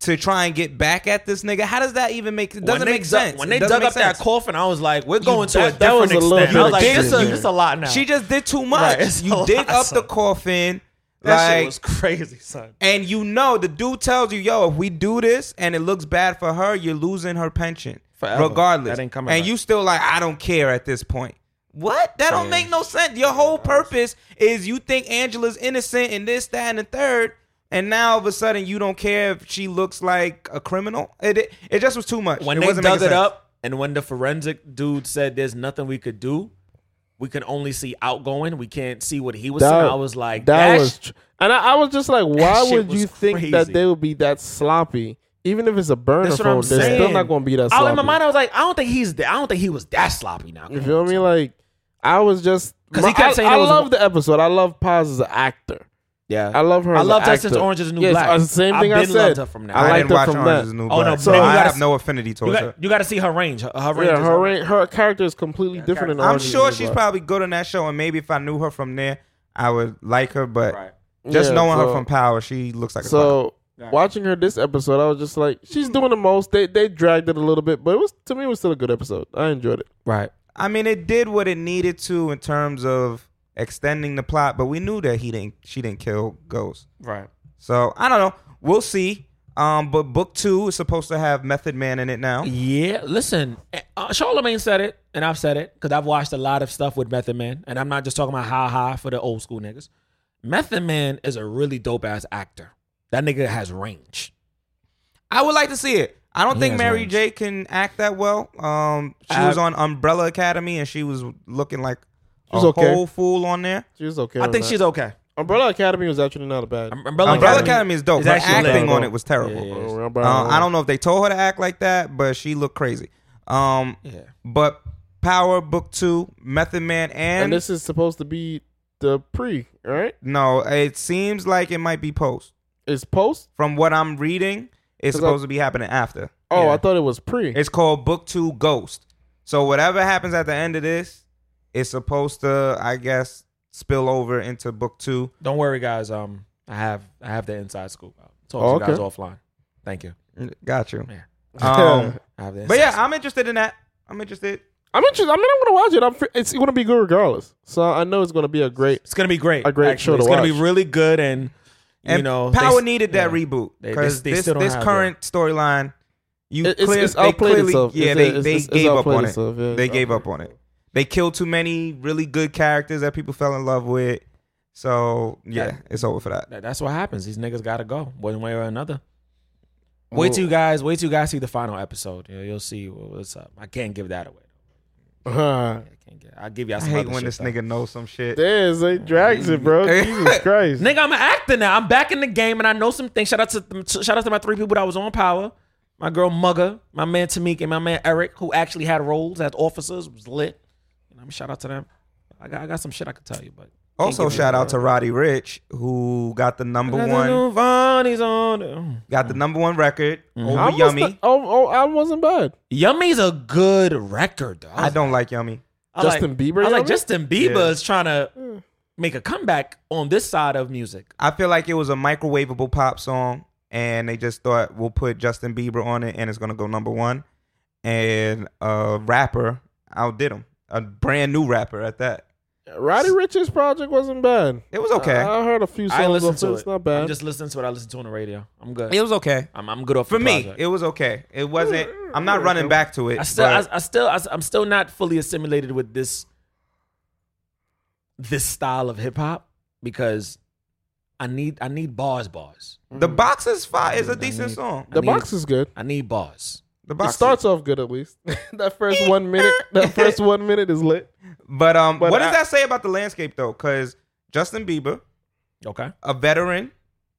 Speaker 2: to try and get back at this nigga. How does that even make it doesn't
Speaker 3: when they
Speaker 2: make
Speaker 3: dug-
Speaker 2: sense?
Speaker 3: When
Speaker 2: It
Speaker 3: they
Speaker 2: doesn't
Speaker 3: dug
Speaker 2: make
Speaker 3: up that
Speaker 2: sense.
Speaker 3: coffin, I was like, "We're going to a
Speaker 4: that- that
Speaker 3: different
Speaker 4: was a little
Speaker 3: extent."
Speaker 4: bit
Speaker 3: I was like,
Speaker 4: extreme.
Speaker 3: "This is this is a lot now."
Speaker 2: she just did too much.
Speaker 3: Right, it's a
Speaker 2: you dig
Speaker 3: lot,
Speaker 2: up
Speaker 3: son.
Speaker 2: the coffin.
Speaker 3: that
Speaker 2: like,
Speaker 3: shit was crazy, son.
Speaker 2: And you know, the dude tells you, yo, if we do this and it looks bad for her, you're losing her pension.
Speaker 3: Forever.
Speaker 2: Regardless.
Speaker 3: That ain't coming
Speaker 2: and
Speaker 3: back.
Speaker 2: you still like, I don't care at this point. What? That don't make no sense. Your whole purpose is you think Angela's innocent and this, that, and the third. And now all of a sudden you don't care if she looks like a criminal. It it, it just was too much.
Speaker 3: When
Speaker 2: it
Speaker 3: they
Speaker 2: wasn't
Speaker 3: dug it
Speaker 2: making sense.
Speaker 3: up, and when the forensic dude said, "There's nothing we could do," we can only see outgoing. We can't see what he was saying. I was like,
Speaker 4: that,
Speaker 3: "That
Speaker 4: was, tr- and I, I was just like, why
Speaker 3: shit
Speaker 4: would
Speaker 3: was
Speaker 4: you think
Speaker 3: crazy.
Speaker 4: that they would be that sloppy? Even if it's a burner
Speaker 3: That's what
Speaker 4: phone,
Speaker 3: I'm
Speaker 4: they're
Speaker 3: saying.
Speaker 4: still not going to be that
Speaker 3: I,
Speaker 4: sloppy.
Speaker 3: in my mind, I was like, "I don't think he's. That, I don't think he was that sloppy now."
Speaker 4: you feel me? Like, I was just
Speaker 3: 'Cause he
Speaker 4: my-
Speaker 3: kept
Speaker 4: I,
Speaker 3: saying
Speaker 4: I
Speaker 3: it was
Speaker 4: love
Speaker 3: one-
Speaker 4: the episode. I love Paz as an actor.
Speaker 3: Yeah,
Speaker 4: I love her.
Speaker 3: I
Speaker 4: as
Speaker 3: love
Speaker 4: an
Speaker 3: that since
Speaker 4: actor.
Speaker 3: Orange is the New
Speaker 4: Yes,
Speaker 3: Black.
Speaker 4: uh, same
Speaker 3: I've
Speaker 4: thing I
Speaker 3: been loved
Speaker 4: said.
Speaker 3: her from that.
Speaker 4: I
Speaker 2: I didn't
Speaker 4: liked her
Speaker 2: watch
Speaker 4: from
Speaker 2: Orange
Speaker 4: that.
Speaker 2: is the New
Speaker 3: Oh, no,
Speaker 2: Black.
Speaker 3: nigga,
Speaker 2: so
Speaker 3: you
Speaker 2: I
Speaker 3: gotta
Speaker 2: have no affinity
Speaker 3: You
Speaker 2: towards her.
Speaker 3: got, you got to see her range. Her, her range.
Speaker 4: Yeah,
Speaker 3: is
Speaker 4: her
Speaker 3: like-
Speaker 4: ra- her character is completely different. In
Speaker 2: I'm
Speaker 4: Orange is the
Speaker 2: sure
Speaker 4: New
Speaker 2: she's
Speaker 4: Black.
Speaker 2: probably good on that show, and maybe if I knew her from there, I would like her. But
Speaker 3: Right.
Speaker 2: just
Speaker 4: Yeah,
Speaker 2: knowing her
Speaker 4: so-
Speaker 2: from Power, she looks like a so.
Speaker 4: So watching her this episode, I was just like, she's doing the most. They they dragged it a little bit, but it was to me it was still a good episode. I enjoyed it.
Speaker 3: Right.
Speaker 2: I mean, it did what it needed to in terms of extending the plot, but we knew that he didn't. She didn't kill Ghost.
Speaker 3: Right.
Speaker 2: So I don't know. We'll see. Um, but book two is supposed to have Method Man in it now.
Speaker 3: Yeah, listen, uh, Charlemagne said it, and I've said it because I've watched a lot of stuff with Method Man, and I'm not just talking about ha ha for the old school niggas. Method Man is a really dope ass actor. That nigga has range.
Speaker 2: I would like to see it. I don't
Speaker 3: He
Speaker 2: think
Speaker 3: has
Speaker 2: Mary
Speaker 3: range.
Speaker 2: J can act that well. Um, she
Speaker 3: Uh,
Speaker 2: was on Umbrella Academy and she was looking like a
Speaker 4: was okay.
Speaker 2: whole fool on there.
Speaker 4: She was okay.
Speaker 3: I think she's okay.
Speaker 4: Umbrella Academy was actually not a bad.
Speaker 3: Umbrella,
Speaker 2: Umbrella
Speaker 3: Academy.
Speaker 2: Academy is dope.
Speaker 3: is
Speaker 2: but
Speaker 3: actually
Speaker 2: acting
Speaker 4: dope.
Speaker 2: on it was terrible.
Speaker 3: Yeah, yeah,
Speaker 4: Uh,
Speaker 2: Uh, I
Speaker 4: Umbrella-
Speaker 2: don't know if they told her to act like that, but she looked crazy. Um,
Speaker 3: Yeah.
Speaker 2: but Power Book Two, Method Man, and,
Speaker 4: And this is supposed to be the pre, right?
Speaker 2: no, it seems like it might be post.
Speaker 4: It's post.
Speaker 2: From what I'm reading, it's
Speaker 4: 'Cause
Speaker 2: supposed to be happening after.
Speaker 4: Oh,
Speaker 3: Yeah.
Speaker 4: I thought it was pre.
Speaker 2: It's called Book Two Ghost. So whatever happens at the end of this, it's supposed to, I guess, spill over into Book Two.
Speaker 3: Don't worry, guys. Um, I have I have the inside scoop. I'll talk
Speaker 4: Oh,
Speaker 3: to you guys
Speaker 4: okay.
Speaker 3: offline. Thank you.
Speaker 2: Got you.
Speaker 3: Yeah.
Speaker 2: Um,
Speaker 3: I have the
Speaker 2: But yeah,
Speaker 3: insights.
Speaker 2: I'm interested in that. I'm interested.
Speaker 4: I'm interested. I mean, I'm gonna watch it. I'm. fr- It's gonna be good regardless. So I know it's gonna be a great.
Speaker 3: it's gonna be great.
Speaker 4: A great
Speaker 3: actually.
Speaker 4: show to
Speaker 3: It's gonna be
Speaker 4: watch.
Speaker 3: really good, and you
Speaker 2: And
Speaker 3: know, they
Speaker 2: Power
Speaker 3: s-
Speaker 2: needed that
Speaker 3: yeah.
Speaker 2: reboot
Speaker 3: They- they-
Speaker 2: because
Speaker 3: they
Speaker 2: this
Speaker 3: still don't
Speaker 2: this
Speaker 3: have
Speaker 2: current storyline, you
Speaker 4: It- it's-
Speaker 2: clear-
Speaker 4: it's
Speaker 2: they
Speaker 4: outplayed
Speaker 2: clearly-
Speaker 4: itself.
Speaker 2: Yeah,
Speaker 4: It's-
Speaker 2: they
Speaker 4: it's-
Speaker 2: they
Speaker 4: it's- it's
Speaker 2: gave up
Speaker 4: outplayed
Speaker 2: on it.
Speaker 4: itself, yeah, it's
Speaker 2: they gave up on it. They killed too many really good characters that people fell in love with. So yeah,
Speaker 3: Yeah.
Speaker 2: it's over for that.
Speaker 3: That- That's what happens. These niggas gotta go one way or another. Wait till you guys, wait till you guys see the final episode. You know, you'll see what- what's up. I can't give that away. I can't get. I'll give y'all.
Speaker 2: I
Speaker 3: Some
Speaker 2: hate
Speaker 3: other
Speaker 2: when
Speaker 3: shit,
Speaker 2: this
Speaker 3: though.
Speaker 2: nigga knows some shit.
Speaker 4: There's they drags it, bro. Jesus Christ.
Speaker 3: Nigga, I'm an actor now. I'm back in the game, and I know some things. Shout out to them- to- shout out to my three people that was on Power. My girl Mugga, my man Tamik, and my man Eric, who actually had roles as officers, was lit. And I'm shout out to them. I got, I got some shit I could tell you, but
Speaker 2: Also,
Speaker 3: give it
Speaker 2: shout
Speaker 3: away.
Speaker 2: out to Roddy Rich who got the number one,
Speaker 3: Giovanni's on it.
Speaker 2: got the number one record
Speaker 4: I
Speaker 3: Mm-hmm.
Speaker 2: over
Speaker 4: was
Speaker 2: Yummy.
Speaker 4: not- oh, oh, I wasn't bad.
Speaker 3: Yummy's a good record. Though.
Speaker 2: I don't like Yummy.
Speaker 3: I
Speaker 4: Justin
Speaker 3: like,
Speaker 4: Bieber,
Speaker 3: I was like
Speaker 4: Yummy?
Speaker 3: Justin Bieber is trying
Speaker 4: Mm.
Speaker 3: to make a comeback on this side of music.
Speaker 2: I feel like it was a microwavable pop song, and they just thought we'll put Justin Bieber on it, and it's gonna go number one. And a rapper outdid him, a brand new rapper at that.
Speaker 4: Roddy Rich's project wasn't bad.
Speaker 2: It was okay.
Speaker 4: I, I heard a few songs.
Speaker 3: I listen
Speaker 4: off
Speaker 3: to it.
Speaker 4: It's not bad.
Speaker 3: I'm just listening to what I listen to on the radio. I'm good.
Speaker 2: it was okay
Speaker 3: I'm, I'm good off
Speaker 2: for
Speaker 3: the
Speaker 2: me.
Speaker 3: project.
Speaker 2: It was okay. It wasn't. I'm not running back to it.
Speaker 3: I still, I,
Speaker 2: but
Speaker 3: I still, I, am still not fully assimilated with this this style of hip hop because I need, I need bars, bars.
Speaker 2: the box is fine. It's a
Speaker 3: I
Speaker 2: decent
Speaker 3: need-
Speaker 2: song.
Speaker 3: I
Speaker 4: the
Speaker 3: need-
Speaker 4: box is good.
Speaker 3: I need bars.
Speaker 2: The
Speaker 4: It
Speaker 2: box starts.
Speaker 4: starts off good at least. that first one minute, that first one minute is lit.
Speaker 2: But um,
Speaker 4: But
Speaker 2: what does
Speaker 4: I-
Speaker 2: that say about the landscape though? Because Justin Bieber,
Speaker 3: Okay.
Speaker 2: a veteran,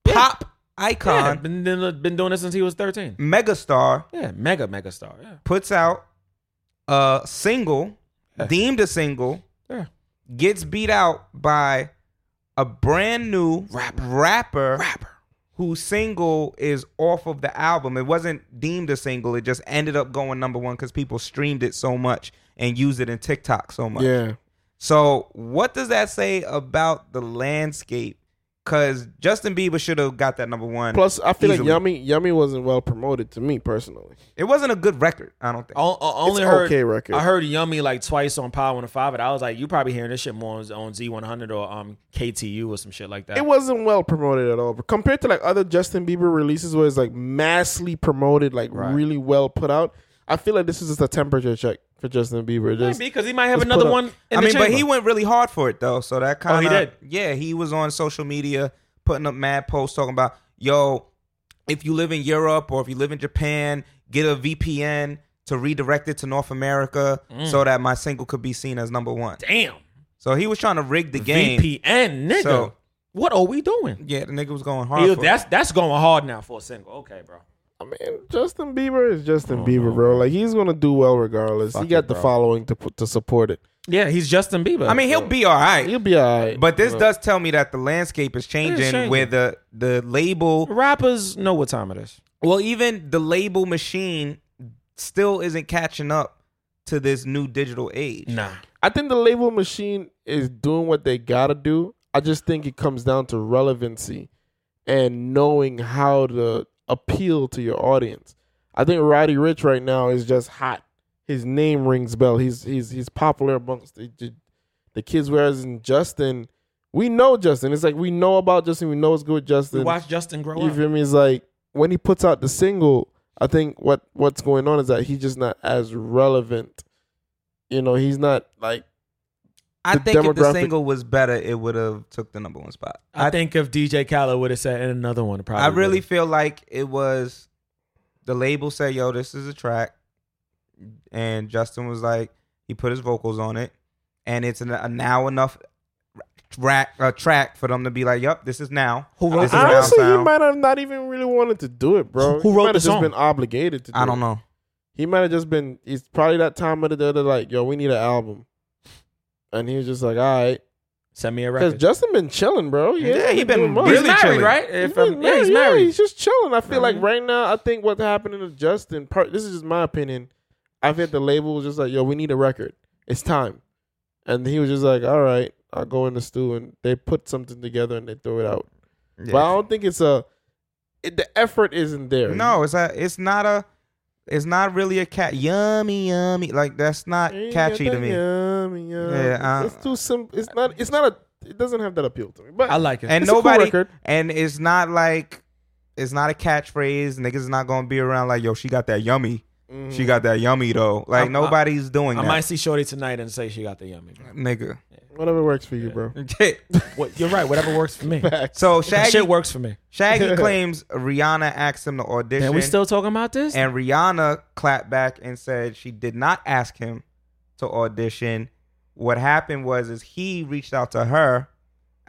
Speaker 2: pop
Speaker 3: Yeah,
Speaker 2: icon, Mm.
Speaker 3: been, been been doing this since he was 13.
Speaker 2: megastar,
Speaker 3: Yeah, mega mega star. Yeah.
Speaker 2: puts out a single, deemed a single,
Speaker 3: Yeah.
Speaker 2: gets beat out by a brand new
Speaker 3: Rapper.
Speaker 2: rapper
Speaker 3: Rapper.
Speaker 2: whose single is off of the album. It wasn't deemed a single, it just ended up going number one because people streamed it so much and used it in TikTok so much.
Speaker 4: Yeah.
Speaker 2: So, what does that say about the landscape? Because Justin Bieber should have got that number one.
Speaker 4: Plus, uh, I feel
Speaker 2: Easily.
Speaker 4: like Yummy Yummy wasn't well promoted to me personally.
Speaker 2: it wasn't a good record, I don't think.
Speaker 3: I, I only
Speaker 4: It's
Speaker 3: heard
Speaker 4: okay record.
Speaker 3: I heard Yummy like twice on Power 105, and I was like, you probably hearing this shit more on, on Z100 or um KTU or some shit like that.
Speaker 4: It wasn't well promoted at all. But compared to like other Justin Bieber releases where it's like massively promoted, like really well put out, I feel like this is just a temperature check for Justin Bieber. Just,
Speaker 3: because he might have
Speaker 4: just
Speaker 3: another
Speaker 4: put up-
Speaker 3: one. In
Speaker 2: I
Speaker 3: the
Speaker 2: mean, but
Speaker 3: chamber. Oh,
Speaker 2: he went really hard for it though. So that kind
Speaker 3: he
Speaker 2: of
Speaker 3: did?
Speaker 2: yeah, he was on social media putting up mad posts talking about yo, if you live in Europe or if you live in Japan, get a VPN to redirect it to North America
Speaker 3: Mm.
Speaker 2: so that my single could be seen as number one.
Speaker 3: Damn.
Speaker 2: So he was trying to rig the game.
Speaker 3: VPN, nigga.
Speaker 2: So-
Speaker 3: what are we doing?
Speaker 2: Yeah, the nigga was going hard.
Speaker 3: Ew,
Speaker 2: for it.
Speaker 3: that's that's going hard now for a single. Okay, bro.
Speaker 4: I mean, Justin Bieber is Justin
Speaker 3: Oh,
Speaker 4: Bieber, bro. Like he's gonna do well regardless. he got the following to put to support it.
Speaker 3: Yeah, he's Justin Bieber.
Speaker 2: I mean, he'll be all right.
Speaker 4: He'll be alright.
Speaker 2: But this does tell me that the landscape is changing,
Speaker 3: changing.
Speaker 2: where the the label,
Speaker 3: rappers know what time it is.
Speaker 2: well, even the label machine still isn't catching up to this new digital age.
Speaker 3: Nah.
Speaker 4: I think the label machine is doing what they gotta do. I just think it comes down to relevancy and knowing how to appeal to your audience. I think Roddy Rich right now is just hot. His name rings bell. He's he's he's popular amongst the the, the kids. Whereas in Justin, we know Justin. It's like we know about Justin. We know what's good with
Speaker 3: We
Speaker 4: Justin.
Speaker 3: watch Justin grow
Speaker 4: You
Speaker 3: up.
Speaker 4: feel me? It's like when he puts out the single, I think what what's going on is that he's just not as relevant. You know, he's not like
Speaker 2: I
Speaker 4: the
Speaker 2: think if the
Speaker 4: demographic-
Speaker 2: single was better, it would have took the number one spot.
Speaker 3: I think if DJ Khaled would have said in another one, it probably
Speaker 2: I really
Speaker 3: would've.
Speaker 2: feel like it was the label said, "Yo, this is a track," and Justin was like, he put his vocals on it, and it's an, a now enough track, a track for them to be like, "Yup, this is now."
Speaker 3: Who wrote
Speaker 2: this
Speaker 3: the
Speaker 2: is now
Speaker 3: song?
Speaker 4: honestly he
Speaker 2: sound.
Speaker 4: might have not even really wanted to do it, bro.
Speaker 3: Who
Speaker 4: He
Speaker 3: wrote
Speaker 4: might have
Speaker 3: the
Speaker 4: just
Speaker 3: song?
Speaker 4: been obligated to do
Speaker 2: I don't
Speaker 4: it.
Speaker 2: know.
Speaker 4: He might have just been it's probably that time of the day they're like, yo, we need an album. And he was just like, all right.
Speaker 3: send me a
Speaker 4: Because
Speaker 3: record.
Speaker 4: Justin been chilling, bro. He
Speaker 2: Yeah,
Speaker 4: ain't
Speaker 2: he been
Speaker 4: doing much.
Speaker 3: he's
Speaker 2: really um,
Speaker 3: married,
Speaker 2: chilling.
Speaker 3: right?
Speaker 4: He's
Speaker 3: If I'm-
Speaker 4: been
Speaker 3: yeah,
Speaker 4: married,
Speaker 3: he's
Speaker 4: yeah,
Speaker 3: married.
Speaker 4: he's just chilling. I feel
Speaker 2: Mm-hmm.
Speaker 4: like right now, I think what's happening to Justin, per, this is just my opinion. I think the label was just like, yo, we need a record. It's time. And he was just like, all right, I'll go in the stew. And they put something together and they throw it out. But I don't think it's a, it, the effort isn't there.
Speaker 2: No, it's a, it's not a. It's not really a cat. Yummy, yummy. Like that's not
Speaker 4: Ain't
Speaker 2: catchy
Speaker 4: got
Speaker 2: to
Speaker 4: that
Speaker 2: me.
Speaker 4: Yummy, yummy.
Speaker 2: Yeah, uh, I-
Speaker 4: it's too simple. It's not. It's not a. It doesn't have that appeal to me. But
Speaker 3: I like it.
Speaker 2: And
Speaker 4: It's a cool
Speaker 2: nobody.
Speaker 4: record.
Speaker 2: and it's not like it's not a catchphrase. Niggas is not gonna be around like yo. She got that yummy.
Speaker 4: Mhm.
Speaker 2: She got that yummy though. Like
Speaker 3: I'm-
Speaker 2: nobody's doing
Speaker 3: I
Speaker 2: that,
Speaker 3: might see Shorty tonight and say she got the yummy.
Speaker 2: nigga.
Speaker 4: whatever works for you, bro.
Speaker 3: What, you're right. Whatever works for me.
Speaker 2: so
Speaker 3: That
Speaker 2: Shaggy,
Speaker 3: shit works for me.
Speaker 2: Shaggy claims Rihanna asked him to audition.
Speaker 3: And we still talking about this?
Speaker 2: And Rihanna clapped back and said she did not ask him to audition. What happened was is he reached out to her,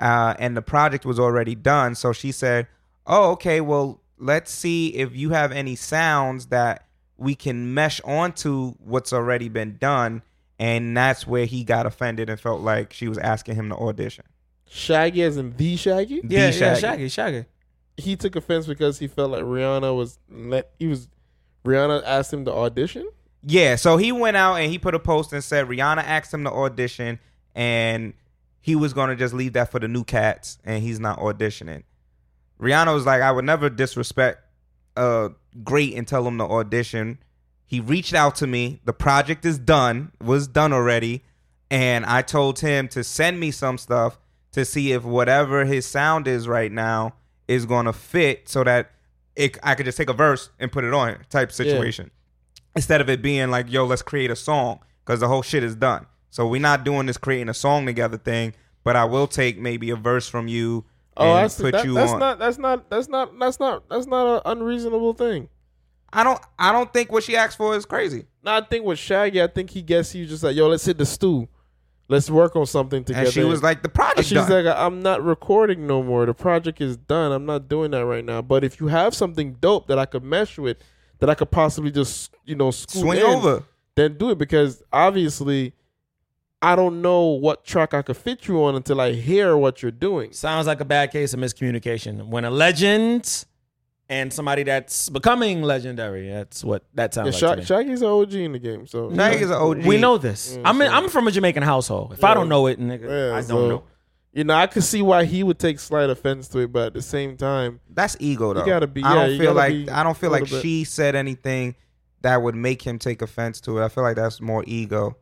Speaker 2: uh, and the project was already done. So she said, "Oh, okay. Well, let's see if you have any sounds that we can mesh onto what's already been done." And that's where he got offended and felt like she was asking him to audition.
Speaker 4: Shaggy as in the Shaggy.
Speaker 2: The
Speaker 3: yeah, yeah, Shaggy, Shaggy.
Speaker 4: He took offense because he felt like Rihanna was let. He was. Rihanna asked him to audition.
Speaker 2: Yeah, so he went out and he put a post and said Rihanna asked him to audition and he was going to just leave that for the new cats and he's not auditioning. Rihanna was like, I would never disrespect uh great and tell him to audition. He reached out to me. The project is done, was done already, and I told him to send me some stuff to see if whatever his sound is right now is gonna fit so that it I could just take a verse and put it on it type situation instead of it being like, yo, let's create a song because the whole shit is done. So we're not doing this creating a song together thing, but I will take maybe a verse from you
Speaker 4: Oh,
Speaker 2: and
Speaker 4: I see.
Speaker 2: put
Speaker 4: That-
Speaker 2: you
Speaker 4: that's
Speaker 2: on.
Speaker 4: not. That's not. That's not. That's not. That's not an unreasonable thing.
Speaker 2: I don't I don't think what she asked for is crazy.
Speaker 4: No, I think with Shaggy, I think he guessed he was just like, yo, let's hit the stew. Let's work on something together.
Speaker 2: And she was like, the
Speaker 4: And
Speaker 2: project
Speaker 4: she's
Speaker 2: done.
Speaker 4: like, I'm not recording no more. The project is done. I'm not doing that right now. But if you have something dope that I could mesh with, that I could possibly just, you know, scoot
Speaker 2: Swing
Speaker 4: in,
Speaker 2: over.
Speaker 4: then do it. Because obviously, I don't know what track I could fit you on until I hear what you're doing.
Speaker 3: Sounds like a bad case of miscommunication. When a legend and somebody that's becoming legendary, that's what that
Speaker 4: Yeah,
Speaker 3: sounds like. to
Speaker 4: Shag-
Speaker 3: me.
Speaker 4: Shaggy's an OG in the game. So
Speaker 2: Shaggy's an OG.
Speaker 3: We know this. I'm in, I'm from a Jamaican household. If I don't know it, nigga,
Speaker 4: Yeah,
Speaker 3: I don't
Speaker 4: so,
Speaker 3: know.
Speaker 4: You know, I could see why he would take slight offense to it, but at the same time,
Speaker 2: That's ego though.
Speaker 4: gotta be-
Speaker 2: I
Speaker 4: yeah,
Speaker 2: don't
Speaker 4: you
Speaker 2: feel
Speaker 4: gotta
Speaker 2: like
Speaker 4: be
Speaker 2: I don't feel
Speaker 4: a
Speaker 2: like
Speaker 4: little bit-
Speaker 2: she said anything that would make him take offense to it. I feel like that's more ego.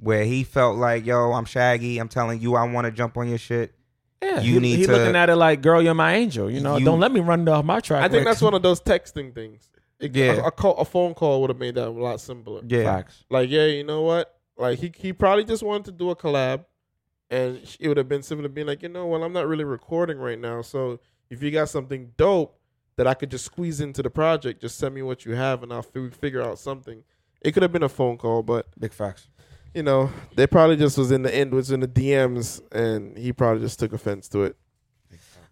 Speaker 2: Where he felt like, yo, I'm Shaggy. I'm telling you, I want to jump on your shit.
Speaker 3: Yeah,
Speaker 2: You
Speaker 3: he,
Speaker 2: need
Speaker 3: he
Speaker 2: to-
Speaker 3: looking at it like, girl, you're my angel. You know,
Speaker 2: You-
Speaker 3: don't let me run off my track.
Speaker 4: I think
Speaker 3: record.
Speaker 4: that's one of those texting things. It-
Speaker 2: Yeah.
Speaker 4: a, a call, a phone call would have made that a lot simpler.
Speaker 2: Yeah,
Speaker 3: facts.
Speaker 4: Like, yeah, you know what? Like, he, he probably just wanted to do a collab, and sh- it would have been similar to being like, you know what? I'm not really recording right now, so if you got something dope that I could just squeeze into the project, just send me what you have, and I'll fi- figure out something. It could have been a phone call, but
Speaker 3: Big facts.
Speaker 4: you know, they probably just was in the end, was in the DMs, and he probably just took offense to it.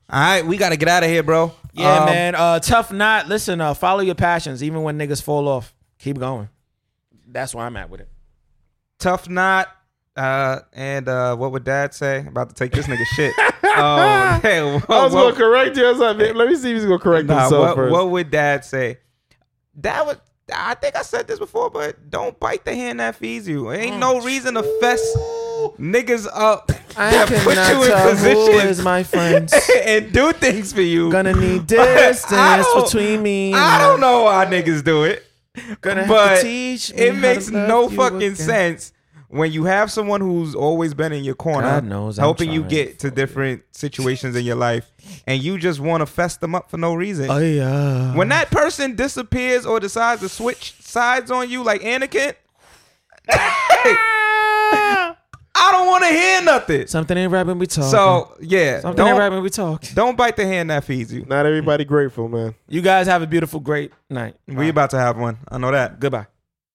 Speaker 2: All right, we got to get out of here, bro.
Speaker 3: Yeah,
Speaker 2: Um,
Speaker 3: man. Uh, tough knot. Listen, uh, follow your passions, even when niggas fall off. Keep going. That's where I'm at with it.
Speaker 2: Tough Knot, uh, and uh, what would Dad say? About to take this nigga shit. Oh, hey, whoa,
Speaker 4: I was
Speaker 2: whoa.
Speaker 4: gonna correct you. I was like, man, let me see if he's gonna correct
Speaker 2: Nah,
Speaker 4: himself
Speaker 2: what,
Speaker 4: first.
Speaker 2: what would Dad say? Dad would. I think I said this before, but don't bite the hand that feeds you. Ain't
Speaker 4: Mm.
Speaker 2: no reason to fess niggas up that put you in position
Speaker 3: my friends.
Speaker 2: and do things for you.
Speaker 3: Gonna need
Speaker 2: I
Speaker 3: distance
Speaker 2: don't-
Speaker 3: between me.
Speaker 2: I don't know how niggas do it.
Speaker 3: Gonna have
Speaker 2: but
Speaker 3: to teach me
Speaker 2: it
Speaker 3: how
Speaker 2: makes
Speaker 3: to love
Speaker 2: no
Speaker 3: you
Speaker 2: fucking
Speaker 3: again.
Speaker 2: sense when you have someone who's always been in your corner,
Speaker 3: God knows I'm
Speaker 2: helping you
Speaker 3: trying.
Speaker 2: get to different situations in your life, and you just want to fess them up for no reason.
Speaker 3: Ay, uh,
Speaker 2: when that person disappears or decides to switch sides on you, like Anakin, I don't want to hear nothing.
Speaker 3: something ain't right when we talk.
Speaker 2: So yeah,
Speaker 3: something ain't right
Speaker 2: don't
Speaker 3: when we talk.
Speaker 2: don't bite the hand that feeds you.
Speaker 4: Not everybody grateful, man.
Speaker 3: You guys have a beautiful, great night.
Speaker 2: We about to have one. I know that.
Speaker 3: Goodbye.